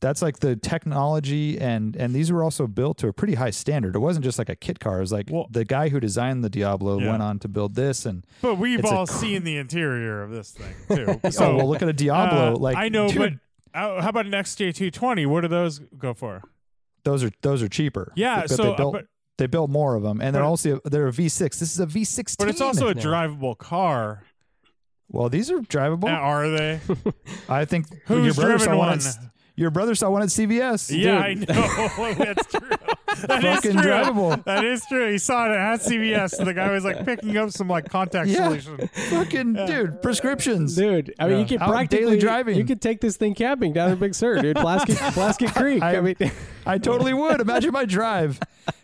Speaker 4: That's like the technology and and these were also built to a pretty high standard. It wasn't just like a kit car. It was like
Speaker 5: Well-
Speaker 4: the guy who designed the Diablo
Speaker 5: Yeah.
Speaker 4: went on to build this and
Speaker 5: But we've
Speaker 4: It's a
Speaker 5: all
Speaker 4: cr-
Speaker 5: seen the interior of this thing too. so
Speaker 4: oh well look at a Diablo
Speaker 5: uh,
Speaker 4: like
Speaker 5: I know,
Speaker 4: dude,
Speaker 5: but uh, how about an XJ220? What do those go for?
Speaker 4: those are those are cheaper.
Speaker 5: Yeah,
Speaker 4: but
Speaker 5: so,
Speaker 4: they
Speaker 5: uh,
Speaker 4: built
Speaker 5: but-
Speaker 4: they built more of them and they're
Speaker 5: But-
Speaker 4: also they're a V6. This is a V16.
Speaker 5: But it's also a
Speaker 4: now.
Speaker 5: drivable car.
Speaker 4: Well, these are drivable.
Speaker 5: Uh, Are they?
Speaker 4: I think
Speaker 5: Who's
Speaker 4: your brother
Speaker 5: driven
Speaker 4: saw one.
Speaker 5: one?
Speaker 4: at- your brother saw one at CVS.
Speaker 5: yeah, I know. That's true. That is
Speaker 4: fucking
Speaker 5: true.
Speaker 4: drivable.
Speaker 5: That is true. He saw it at CVS, and the guy was like picking up some like contact
Speaker 4: Yeah.
Speaker 5: solution.
Speaker 4: Fucking dude, prescriptions.
Speaker 3: Dude, I mean,
Speaker 5: Yeah.
Speaker 3: you could
Speaker 4: Out
Speaker 3: practically
Speaker 4: daily driving.
Speaker 3: You could take this thing camping down in Big Sur, dude. Plastic, Plastic Creek. I,
Speaker 4: I-
Speaker 3: mean,
Speaker 4: I totally would. Imagine my drive.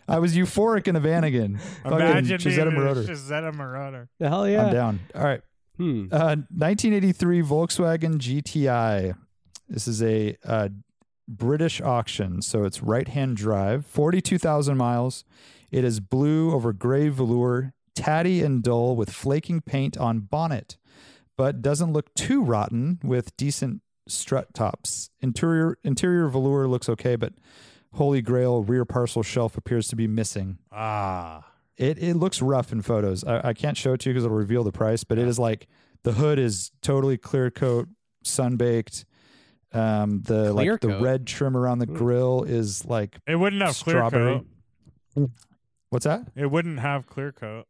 Speaker 4: I was euphoric in the van again. Fucking
Speaker 5: Imagine being
Speaker 4: Chisetta
Speaker 5: a
Speaker 4: Marauder.
Speaker 5: Chisetta Marauder.
Speaker 3: hell
Speaker 4: I'm
Speaker 3: yeah.
Speaker 4: down. All right.
Speaker 3: Hmm.
Speaker 4: Uh, 1983 Volkswagen GTI. This is a uh, British auction, so it's right-hand drive, 42,000 miles. It is blue over gray velour, tatty and dull with flaking paint on bonnet, but doesn't look too rotten with decent strut tops. Interior interior velour looks okay, but holy grail rear parcel shelf appears to be missing.
Speaker 5: Ah,
Speaker 4: It it looks rough in photos. I, I can't show it to you because it'll reveal the price, but it is like the hood is totally clear coat, sunbaked. Um,
Speaker 3: Clear
Speaker 4: the like the
Speaker 3: coat? Hmm.
Speaker 4: red trim around the grill is like
Speaker 5: it wouldn't have clear
Speaker 4: strawberry.
Speaker 5: coat.
Speaker 4: What's that?
Speaker 5: It wouldn't have clear coat.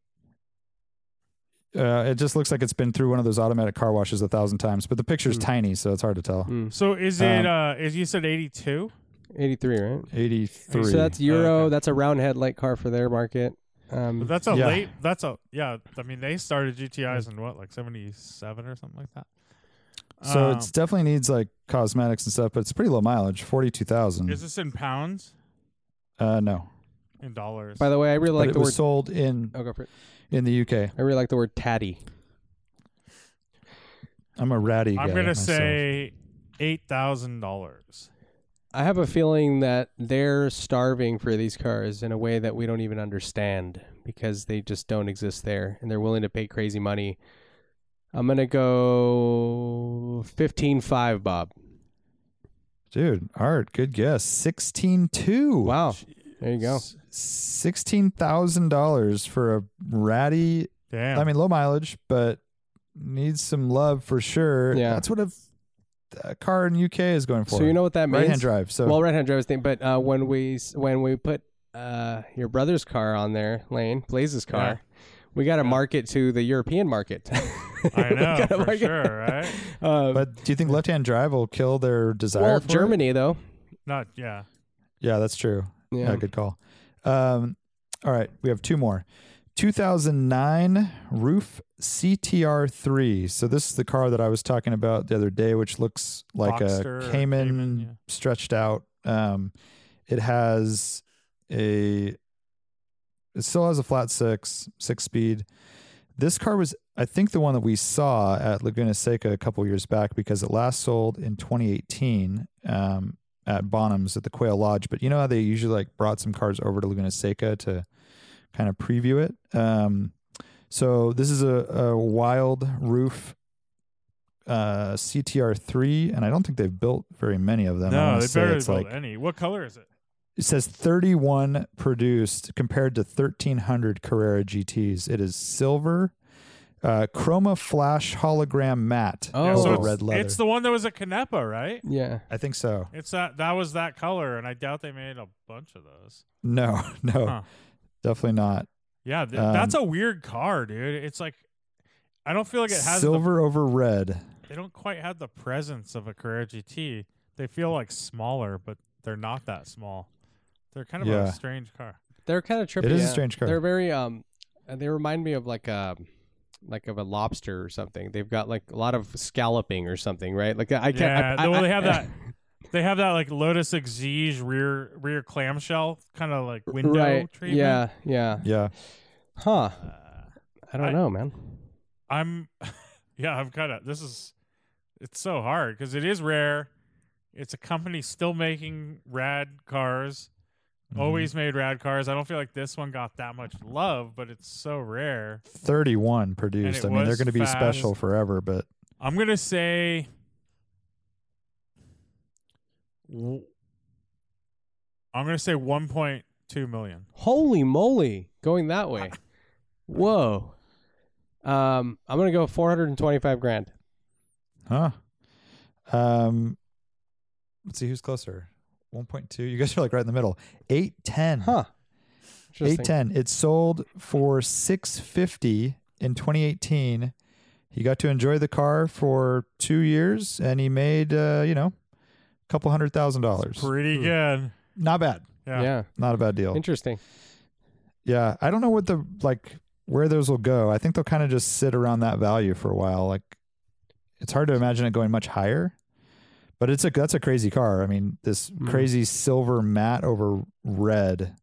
Speaker 4: Uh, it just looks like it's been through one of those automatic car washes a thousand times, but the picture's tiny, so it's hard to tell.
Speaker 3: Hmm.
Speaker 5: So is it?
Speaker 4: Um,
Speaker 5: uh Is you said eighty two?
Speaker 3: 83, right?
Speaker 4: Eighty three. Oh,
Speaker 3: So that's Euro.
Speaker 5: okay.
Speaker 3: That's a round headlight car for their market. Um,
Speaker 5: But that's a
Speaker 4: Yeah.
Speaker 5: late. That's a yeah. I mean, they started GTI's in what, like seventy seven or something like that.
Speaker 4: so
Speaker 5: Um,
Speaker 4: it's definitely needs like cosmetics and stuff, but it's pretty low mileage, forty two
Speaker 5: is
Speaker 4: thousand.
Speaker 5: this in pounds
Speaker 4: Uh, no,
Speaker 5: in dollars?
Speaker 3: by the way, I really
Speaker 4: but
Speaker 3: like
Speaker 4: it
Speaker 3: the
Speaker 4: was
Speaker 3: word.
Speaker 4: sold in
Speaker 3: oh, go for it.
Speaker 4: in the UK.
Speaker 3: I really like the word tatty.
Speaker 4: I'm a ratty.
Speaker 5: I'm
Speaker 4: guy
Speaker 5: gonna
Speaker 4: myself.
Speaker 5: say eight thousand dollars.
Speaker 3: I have a feeling that they're starving for these cars in a way that we don't even understand because they just don't exist there and they're willing to pay crazy money. I'm going to go 15.5, Bob.
Speaker 4: Dude, Art, good guess. Sixteen two.
Speaker 3: Wow. There you go.
Speaker 4: Sixteen thousand dollars for a ratty.
Speaker 5: Damn.
Speaker 4: I mean, low mileage, but needs some love for sure.
Speaker 3: Yeah.
Speaker 4: that's what a, a car in UK is going for.
Speaker 3: So you know what that means?
Speaker 4: right hand drive. So
Speaker 3: Well, right hand drive is thing, but uh, when we s- when we put uh, your brother's car on there, Lane Blaze's car, we got to market to the European market.
Speaker 5: I
Speaker 3: We
Speaker 5: know
Speaker 3: gotta
Speaker 5: for
Speaker 3: market-
Speaker 5: sure, right?
Speaker 3: Uh,
Speaker 4: but do you think left hand drive will kill their desire?
Speaker 3: well,
Speaker 4: for it?
Speaker 3: Germany though.
Speaker 5: Not yeah.
Speaker 4: Yeah, that's true.
Speaker 3: Yeah.
Speaker 4: Yeah, good call. Um, all right, we have two more. 2009 Roof CTR3. So this is the car that I was talking about the other day, which looks like
Speaker 5: Boxster
Speaker 4: a
Speaker 5: or
Speaker 4: Cayman,
Speaker 5: Cayman, yeah.
Speaker 4: stretched out. Um, it has a. It still has a flat six, six speed. This car was, I think, the one that we saw at Laguna Seca a couple years back because it last sold in 2018. Um, at Bonhams at the Quail Lodge. But you know how they usually like brought some cars over to Laguna Seca to kind of preview it. Um, so this is a, a wild roof uh, CTR3, and I don't think they've built very many of them. I
Speaker 5: No,
Speaker 4: wanna
Speaker 5: they
Speaker 4: say
Speaker 5: barely
Speaker 4: it's
Speaker 5: built
Speaker 4: like
Speaker 5: any. What color is it?
Speaker 4: it says 31 produced compared to 1300 Carrera GTs. It is silver. Uh, chroma flash hologram matte
Speaker 3: Oh.
Speaker 5: Yeah,
Speaker 4: over
Speaker 5: so
Speaker 3: it's-
Speaker 4: red leather.
Speaker 5: It's the one that was at Canepa, right?
Speaker 3: Yeah.
Speaker 4: I think so.
Speaker 5: It's that that was that color, and I doubt they made a bunch of those.
Speaker 4: No, no,
Speaker 5: Huh.
Speaker 4: definitely not.
Speaker 5: Yeah, th-
Speaker 4: Um,
Speaker 5: that's a weird car, dude. It's like I don't feel like it has. The,
Speaker 4: silver over red.
Speaker 5: they don't quite have the presence of a Carrera GT. They feel like smaller, but they're not that small. They're kind of
Speaker 4: Yeah.
Speaker 5: a strange car.
Speaker 3: They're kind of trippy.
Speaker 4: It is
Speaker 3: yeah.
Speaker 4: a strange car.
Speaker 3: They're very um, uh, they remind me of like a like of a lobster or something. They've got like a lot of scalloping or something, right? Like I can't.
Speaker 5: Yeah,
Speaker 3: I, I,
Speaker 5: well, they
Speaker 3: I-
Speaker 5: have that. They have that like Lotus Exige rear rear clamshell kind of like window
Speaker 3: right?
Speaker 5: treatment.
Speaker 3: Yeah, yeah.
Speaker 4: Yeah.
Speaker 3: Huh?
Speaker 5: Uh,
Speaker 3: I don't
Speaker 5: I-
Speaker 3: know, man.
Speaker 5: I'm, yeah, I'm kind of. This is, it's so hard because it is rare. It's a company still making rad cars.
Speaker 4: Mm-hmm.
Speaker 5: Always made rad cars. I don't feel like this one got that much love, but it's so rare.
Speaker 4: 31 produced. I mean, they're
Speaker 5: was
Speaker 4: going to be
Speaker 5: fast.
Speaker 4: special forever, but
Speaker 5: I'm gonna say. w- I'm gonna say 1.2 million.
Speaker 3: Holy moly, going that way. Whoa. Um, I'm gonna go 425 grand.
Speaker 4: huh. Um let's see who's closer. 1.2. You guys are like right in the middle. 810.
Speaker 3: Huh? Interesting.
Speaker 4: 810. It sold for 650 in 2018. He got to enjoy the car for 2 years and he made uh, you know, a couple hundred thousand dollars.
Speaker 5: Pretty good.
Speaker 4: Not bad.
Speaker 5: Yeah. Oh.
Speaker 3: yeah.
Speaker 4: Not a bad deal.
Speaker 3: Interesting.
Speaker 4: Yeah, I don't know what the like where those will go. I think they'll kind of just sit around that value for a while. Like it's hard to imagine it going much higher. But it's a that's a crazy car. I mean, this
Speaker 3: Mhm.
Speaker 4: crazy silver matte over red.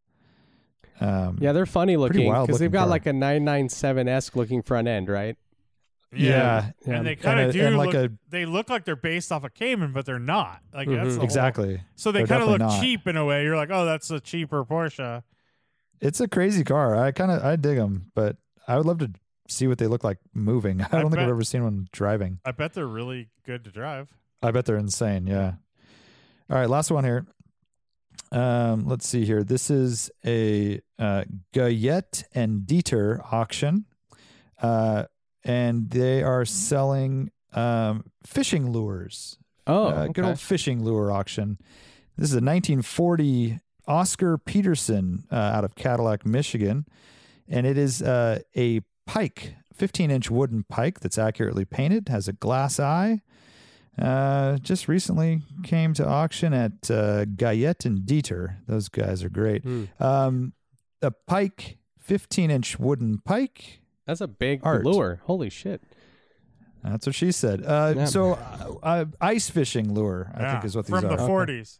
Speaker 4: Um
Speaker 3: Yeah, they're funny looking
Speaker 4: wild
Speaker 3: because they've
Speaker 4: looking
Speaker 3: got
Speaker 4: car.
Speaker 3: like a 997 esque looking front end, right?
Speaker 4: yeah.
Speaker 3: Yeah.
Speaker 5: And they kind of
Speaker 4: a-
Speaker 5: do.
Speaker 4: and like
Speaker 5: look,
Speaker 4: a-
Speaker 5: they look like they're based off a Cayman, but they're not. Like that's
Speaker 3: Mhm.
Speaker 5: the whole-
Speaker 4: Mm-hmm. exactly.
Speaker 5: so they
Speaker 4: They're
Speaker 5: kind of look
Speaker 4: definitely not.
Speaker 5: cheap in a way. You're like, oh, that's a cheaper Porsche.
Speaker 4: It's a crazy car. I kind of I dig them, but I would love to see what they look like moving. I
Speaker 5: I
Speaker 4: don't think
Speaker 5: bet-
Speaker 4: I've ever seen one driving.
Speaker 5: I bet they're really good to drive.
Speaker 4: I bet they're insane. Yeah. All right, last one here. Um, let's see here. This is a uh, Guyette and Dieter auction, uh, and they are selling um, fishing lures.
Speaker 3: Oh,
Speaker 4: uh, good
Speaker 3: okay.
Speaker 4: old fishing lure auction. This is a 1940 Oscar Peterson uh, out of Cadillac, Michigan, and it is uh, a pike, 15 inch wooden pike that's accurately painted, has a glass eye. Uh, just recently came to auction at uh, Guyette and Dieter. Those guys are great.
Speaker 3: Hmm.
Speaker 4: Um, a pike, 15 inch wooden pike.
Speaker 3: That's a big
Speaker 4: Art.
Speaker 3: lure. Holy shit.
Speaker 4: That's what she said. Uh,
Speaker 3: Yeah.
Speaker 4: So, uh, uh, ice fishing lure, I think,
Speaker 5: Yeah,
Speaker 4: is what these
Speaker 5: from
Speaker 4: are.
Speaker 5: the 40s,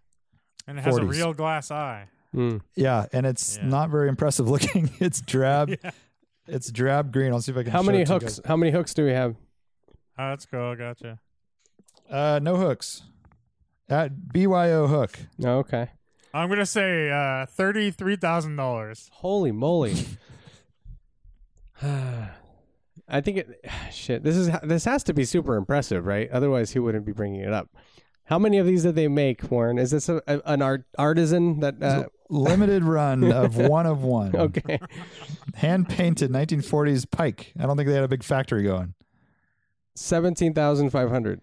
Speaker 5: and it has a
Speaker 4: 40s.
Speaker 5: real glass eye.
Speaker 3: Mm.
Speaker 4: Yeah, and it's
Speaker 5: Yeah.
Speaker 4: not very impressive looking. It's drab.
Speaker 5: Yeah.
Speaker 4: It's drab green. I'll see if I can.
Speaker 3: How
Speaker 4: show
Speaker 3: many
Speaker 4: it to you
Speaker 3: hooks? How many hooks do we have?
Speaker 5: Oh, that's cool. I gotcha.
Speaker 4: guys. Uh, no hooks. At BYO hook.
Speaker 3: Oh, okay.
Speaker 5: I'm gonna say uh, thirty-three thousand dollars.
Speaker 3: Holy moly. I think it. Shit. This is this has to be super impressive, right? Otherwise, he wouldn't be bringing it up. How many of these did they make, Warren? Is this a, a- an art, artisan that? Uh,
Speaker 4: Limited run of one of one.
Speaker 3: okay.
Speaker 4: Hand painted 1940s Pike. I don't think they had a big factory going.
Speaker 3: Seventeen thousand five hundred.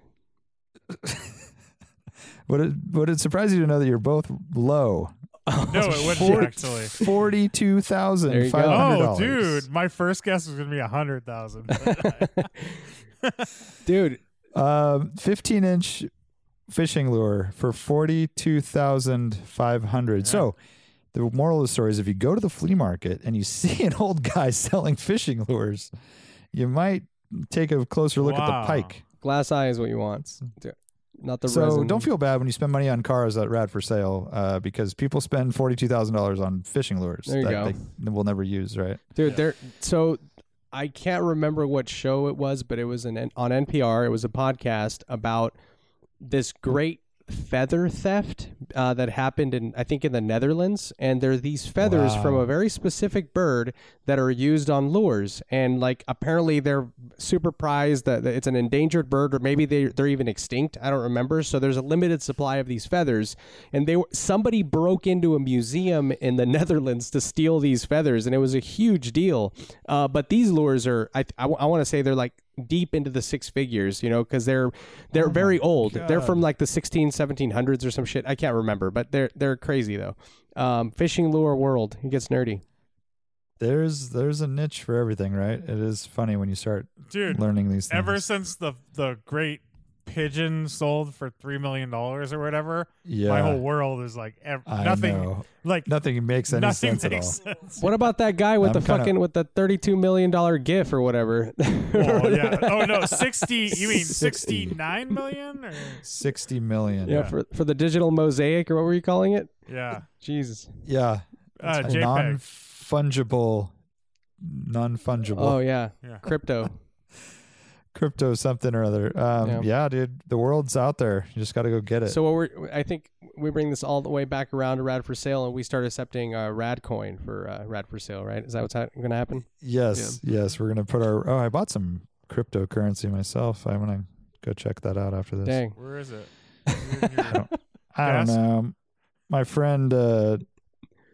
Speaker 4: Would it would it surprise you to know that you're both low?
Speaker 5: No, it wouldn't
Speaker 4: Fort-
Speaker 5: actually.
Speaker 4: Forty two
Speaker 3: There
Speaker 4: thousand
Speaker 3: you go.
Speaker 4: five hundred
Speaker 5: Oh,
Speaker 4: dollars.
Speaker 5: dude, my first guess was gonna be a hundred thousand.
Speaker 3: Dude,
Speaker 4: Um, fifteen inch fishing lure for forty two thousand five hundred. So, the moral of the story is: if you go to the flea market and you see an old guy selling fishing lures, you might take a closer look at
Speaker 5: Wow.
Speaker 4: the pike.
Speaker 3: glass eye is what you want. Dude, Not the
Speaker 4: Mm. so
Speaker 3: resin.
Speaker 4: don't feel bad when you spend money on cars at Rad for Sale, uh, because people spend forty two thousand dollars on fishing lures
Speaker 3: There you
Speaker 4: that
Speaker 3: go.
Speaker 4: they n- will never use, right?
Speaker 3: dude there so i can't remember what show it was but it was an on npr it was a podcast about this great feather theft uh, that happened in i think in the netherlands and there are these feathers from
Speaker 4: Wow.
Speaker 3: a very specific bird that are used on lures and like apparently they're super prized that that it's an endangered bird or maybe they, they're even extinct i don't remember so there's a limited supply of these feathers and they were somebody broke into a museum in the netherlands to steal these feathers and it was a huge deal uh, but these lures are i, I, want to say they're like deep into the six figures you know because they're they're very old they're from like the 16 1700s or some shit i can't remember but they're they're crazy though um, fishing lure world it gets nerdy
Speaker 4: There's there's a niche for everything, right? It is funny when you start
Speaker 5: dude,
Speaker 4: learning these things.
Speaker 5: ever since the the great pigeon sold for three million dollars or whatever,
Speaker 4: yeah,
Speaker 5: my whole world is like ev-
Speaker 4: I
Speaker 5: nothing.
Speaker 4: know.
Speaker 5: Like
Speaker 4: nothing makes any
Speaker 5: nothing
Speaker 4: sense
Speaker 5: makes
Speaker 4: at all.
Speaker 5: sense.
Speaker 3: what about that guy with
Speaker 4: I'm
Speaker 3: the
Speaker 4: kinda-
Speaker 3: fucking with the 32 million dollar gif or whatever
Speaker 5: Oh yeah. Oh no, sixty. You mean
Speaker 4: 60.
Speaker 5: sixty-nine million? Or?
Speaker 4: Sixty million.
Speaker 3: yeah, for, for the digital mosaic or what were you calling it
Speaker 5: Yeah.
Speaker 3: jesus
Speaker 4: Yeah.
Speaker 5: Uh,
Speaker 4: It's a
Speaker 5: JPEG.
Speaker 4: non-fungible, non-fungible
Speaker 3: oh yeah
Speaker 5: Yeah.
Speaker 3: crypto
Speaker 4: crypto something or other. Um,
Speaker 3: Yeah.
Speaker 4: yeah. dude, the world's out there. You just got to go get it.
Speaker 3: So what we're, I think we bring this all the way back around to Rad for Sale, and we start accepting uh, Rad Coin for uh, Rad for Sale, right? Is that what's going to happen?
Speaker 4: yes, yes, we're gonna put our. Oh, I bought some cryptocurrency myself. I'm gonna go check that out after this.
Speaker 3: Dang.
Speaker 5: Where is it? Weird here.
Speaker 4: I don't
Speaker 5: Yes.
Speaker 4: know. My friend uh,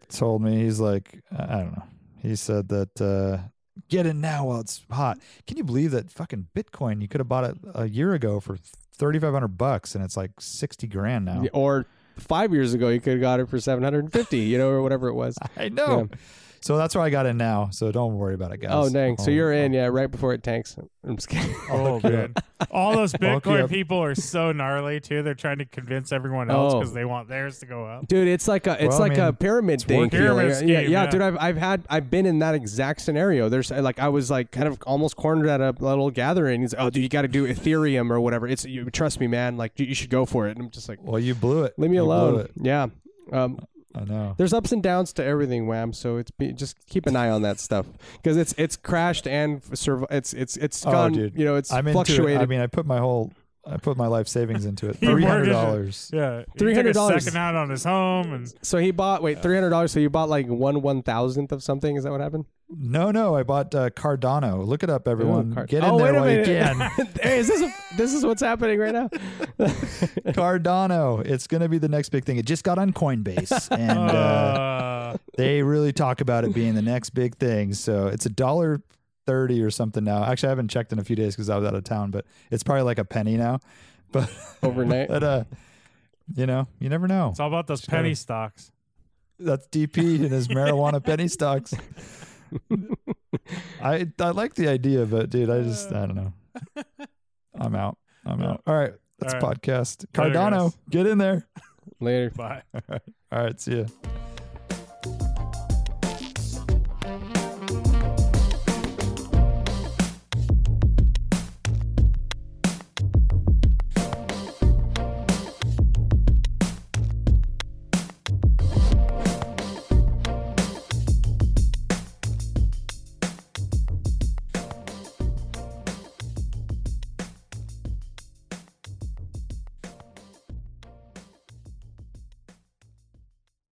Speaker 4: told me he's like, I I don't know. He said that uh, get in now while it's hot. Can you believe that fucking Bitcoin? You could have bought it a year ago for thirty five hundred bucks, and it's like sixty grand now.
Speaker 3: Or five years ago, you could have got it for seven hundred and fifty, you know, or whatever it was.
Speaker 4: I know. So that's where I got in now. So don't worry about it, guys.
Speaker 3: Oh dang! So
Speaker 4: I'll-
Speaker 3: you're in, yeah, right before it tanks. I'm just kidding.
Speaker 5: Oh man, all those
Speaker 4: Bulk you
Speaker 5: Bitcoin
Speaker 4: up.
Speaker 5: people are so gnarly too. They're trying to convince everyone else
Speaker 3: Oh.
Speaker 5: because they want theirs to go up.
Speaker 3: Dude, it's like a it's
Speaker 4: Well, I
Speaker 3: like a
Speaker 4: mean,
Speaker 3: pyramid thing.
Speaker 5: working. Pyramid
Speaker 3: feeling. yeah,
Speaker 5: scheme,
Speaker 3: yeah,
Speaker 5: yeah.
Speaker 3: dude, I've I've had I've been in that exact scenario. There's uh, like I was like kind of almost cornered at a little gathering. He's like, oh, dude, you got to do Ethereum or whatever. It's you trust me, man. Like you, you should go for it. And I'm just like,
Speaker 4: Well, you blew it.
Speaker 3: leave me
Speaker 4: You blew
Speaker 3: alone.
Speaker 4: it.
Speaker 3: Yeah. Um,
Speaker 4: I know.
Speaker 3: there's ups and downs to everything, Wham. So it's be, just keep an eye on that stuff because it's it's crashed and surv- it's it's it's
Speaker 4: Oh,
Speaker 3: gone.
Speaker 4: dude.
Speaker 3: You know, it's
Speaker 4: I'm into it.
Speaker 3: fluctuated.
Speaker 4: I mean, I put my whole, I put my life savings into it.
Speaker 5: He
Speaker 4: Three
Speaker 5: murdered
Speaker 4: hundred
Speaker 5: it.
Speaker 4: dollars.
Speaker 5: Yeah,
Speaker 3: $300.
Speaker 5: Second out on his home, and
Speaker 3: so he bought wait three hundred dollars. So you bought like one one thousandth of something. Is that what happened?
Speaker 4: No, no, I bought uh, Cardano. Look it up, everyone.
Speaker 3: Card-
Speaker 4: Get in
Speaker 3: Oh,
Speaker 4: there
Speaker 3: wait a
Speaker 4: while you
Speaker 3: minute.
Speaker 4: can.
Speaker 3: hey, is this a, this is what's happening right now?
Speaker 4: Cardano. It's going to be the next big thing. It just got on Coinbase, and uh,
Speaker 5: uh,
Speaker 4: they really talk about it being the next big thing. So it's a dollar thirty or something now. Actually, I haven't checked in a few days because I was out of town, but it's probably like a penny now. But
Speaker 3: Overnight.
Speaker 4: but uh, you know, you never know.
Speaker 5: it's all about those penny stocks.
Speaker 4: That's DP and his marijuana penny stocks. I I like the idea, but dude, I just I don't know. I'm out. I'm out. All right, that's
Speaker 5: All right.
Speaker 4: podcast.
Speaker 5: Later,
Speaker 4: Cardano,
Speaker 5: guys.
Speaker 4: get in there.
Speaker 3: Later.
Speaker 5: Bye.
Speaker 4: All right, see ya.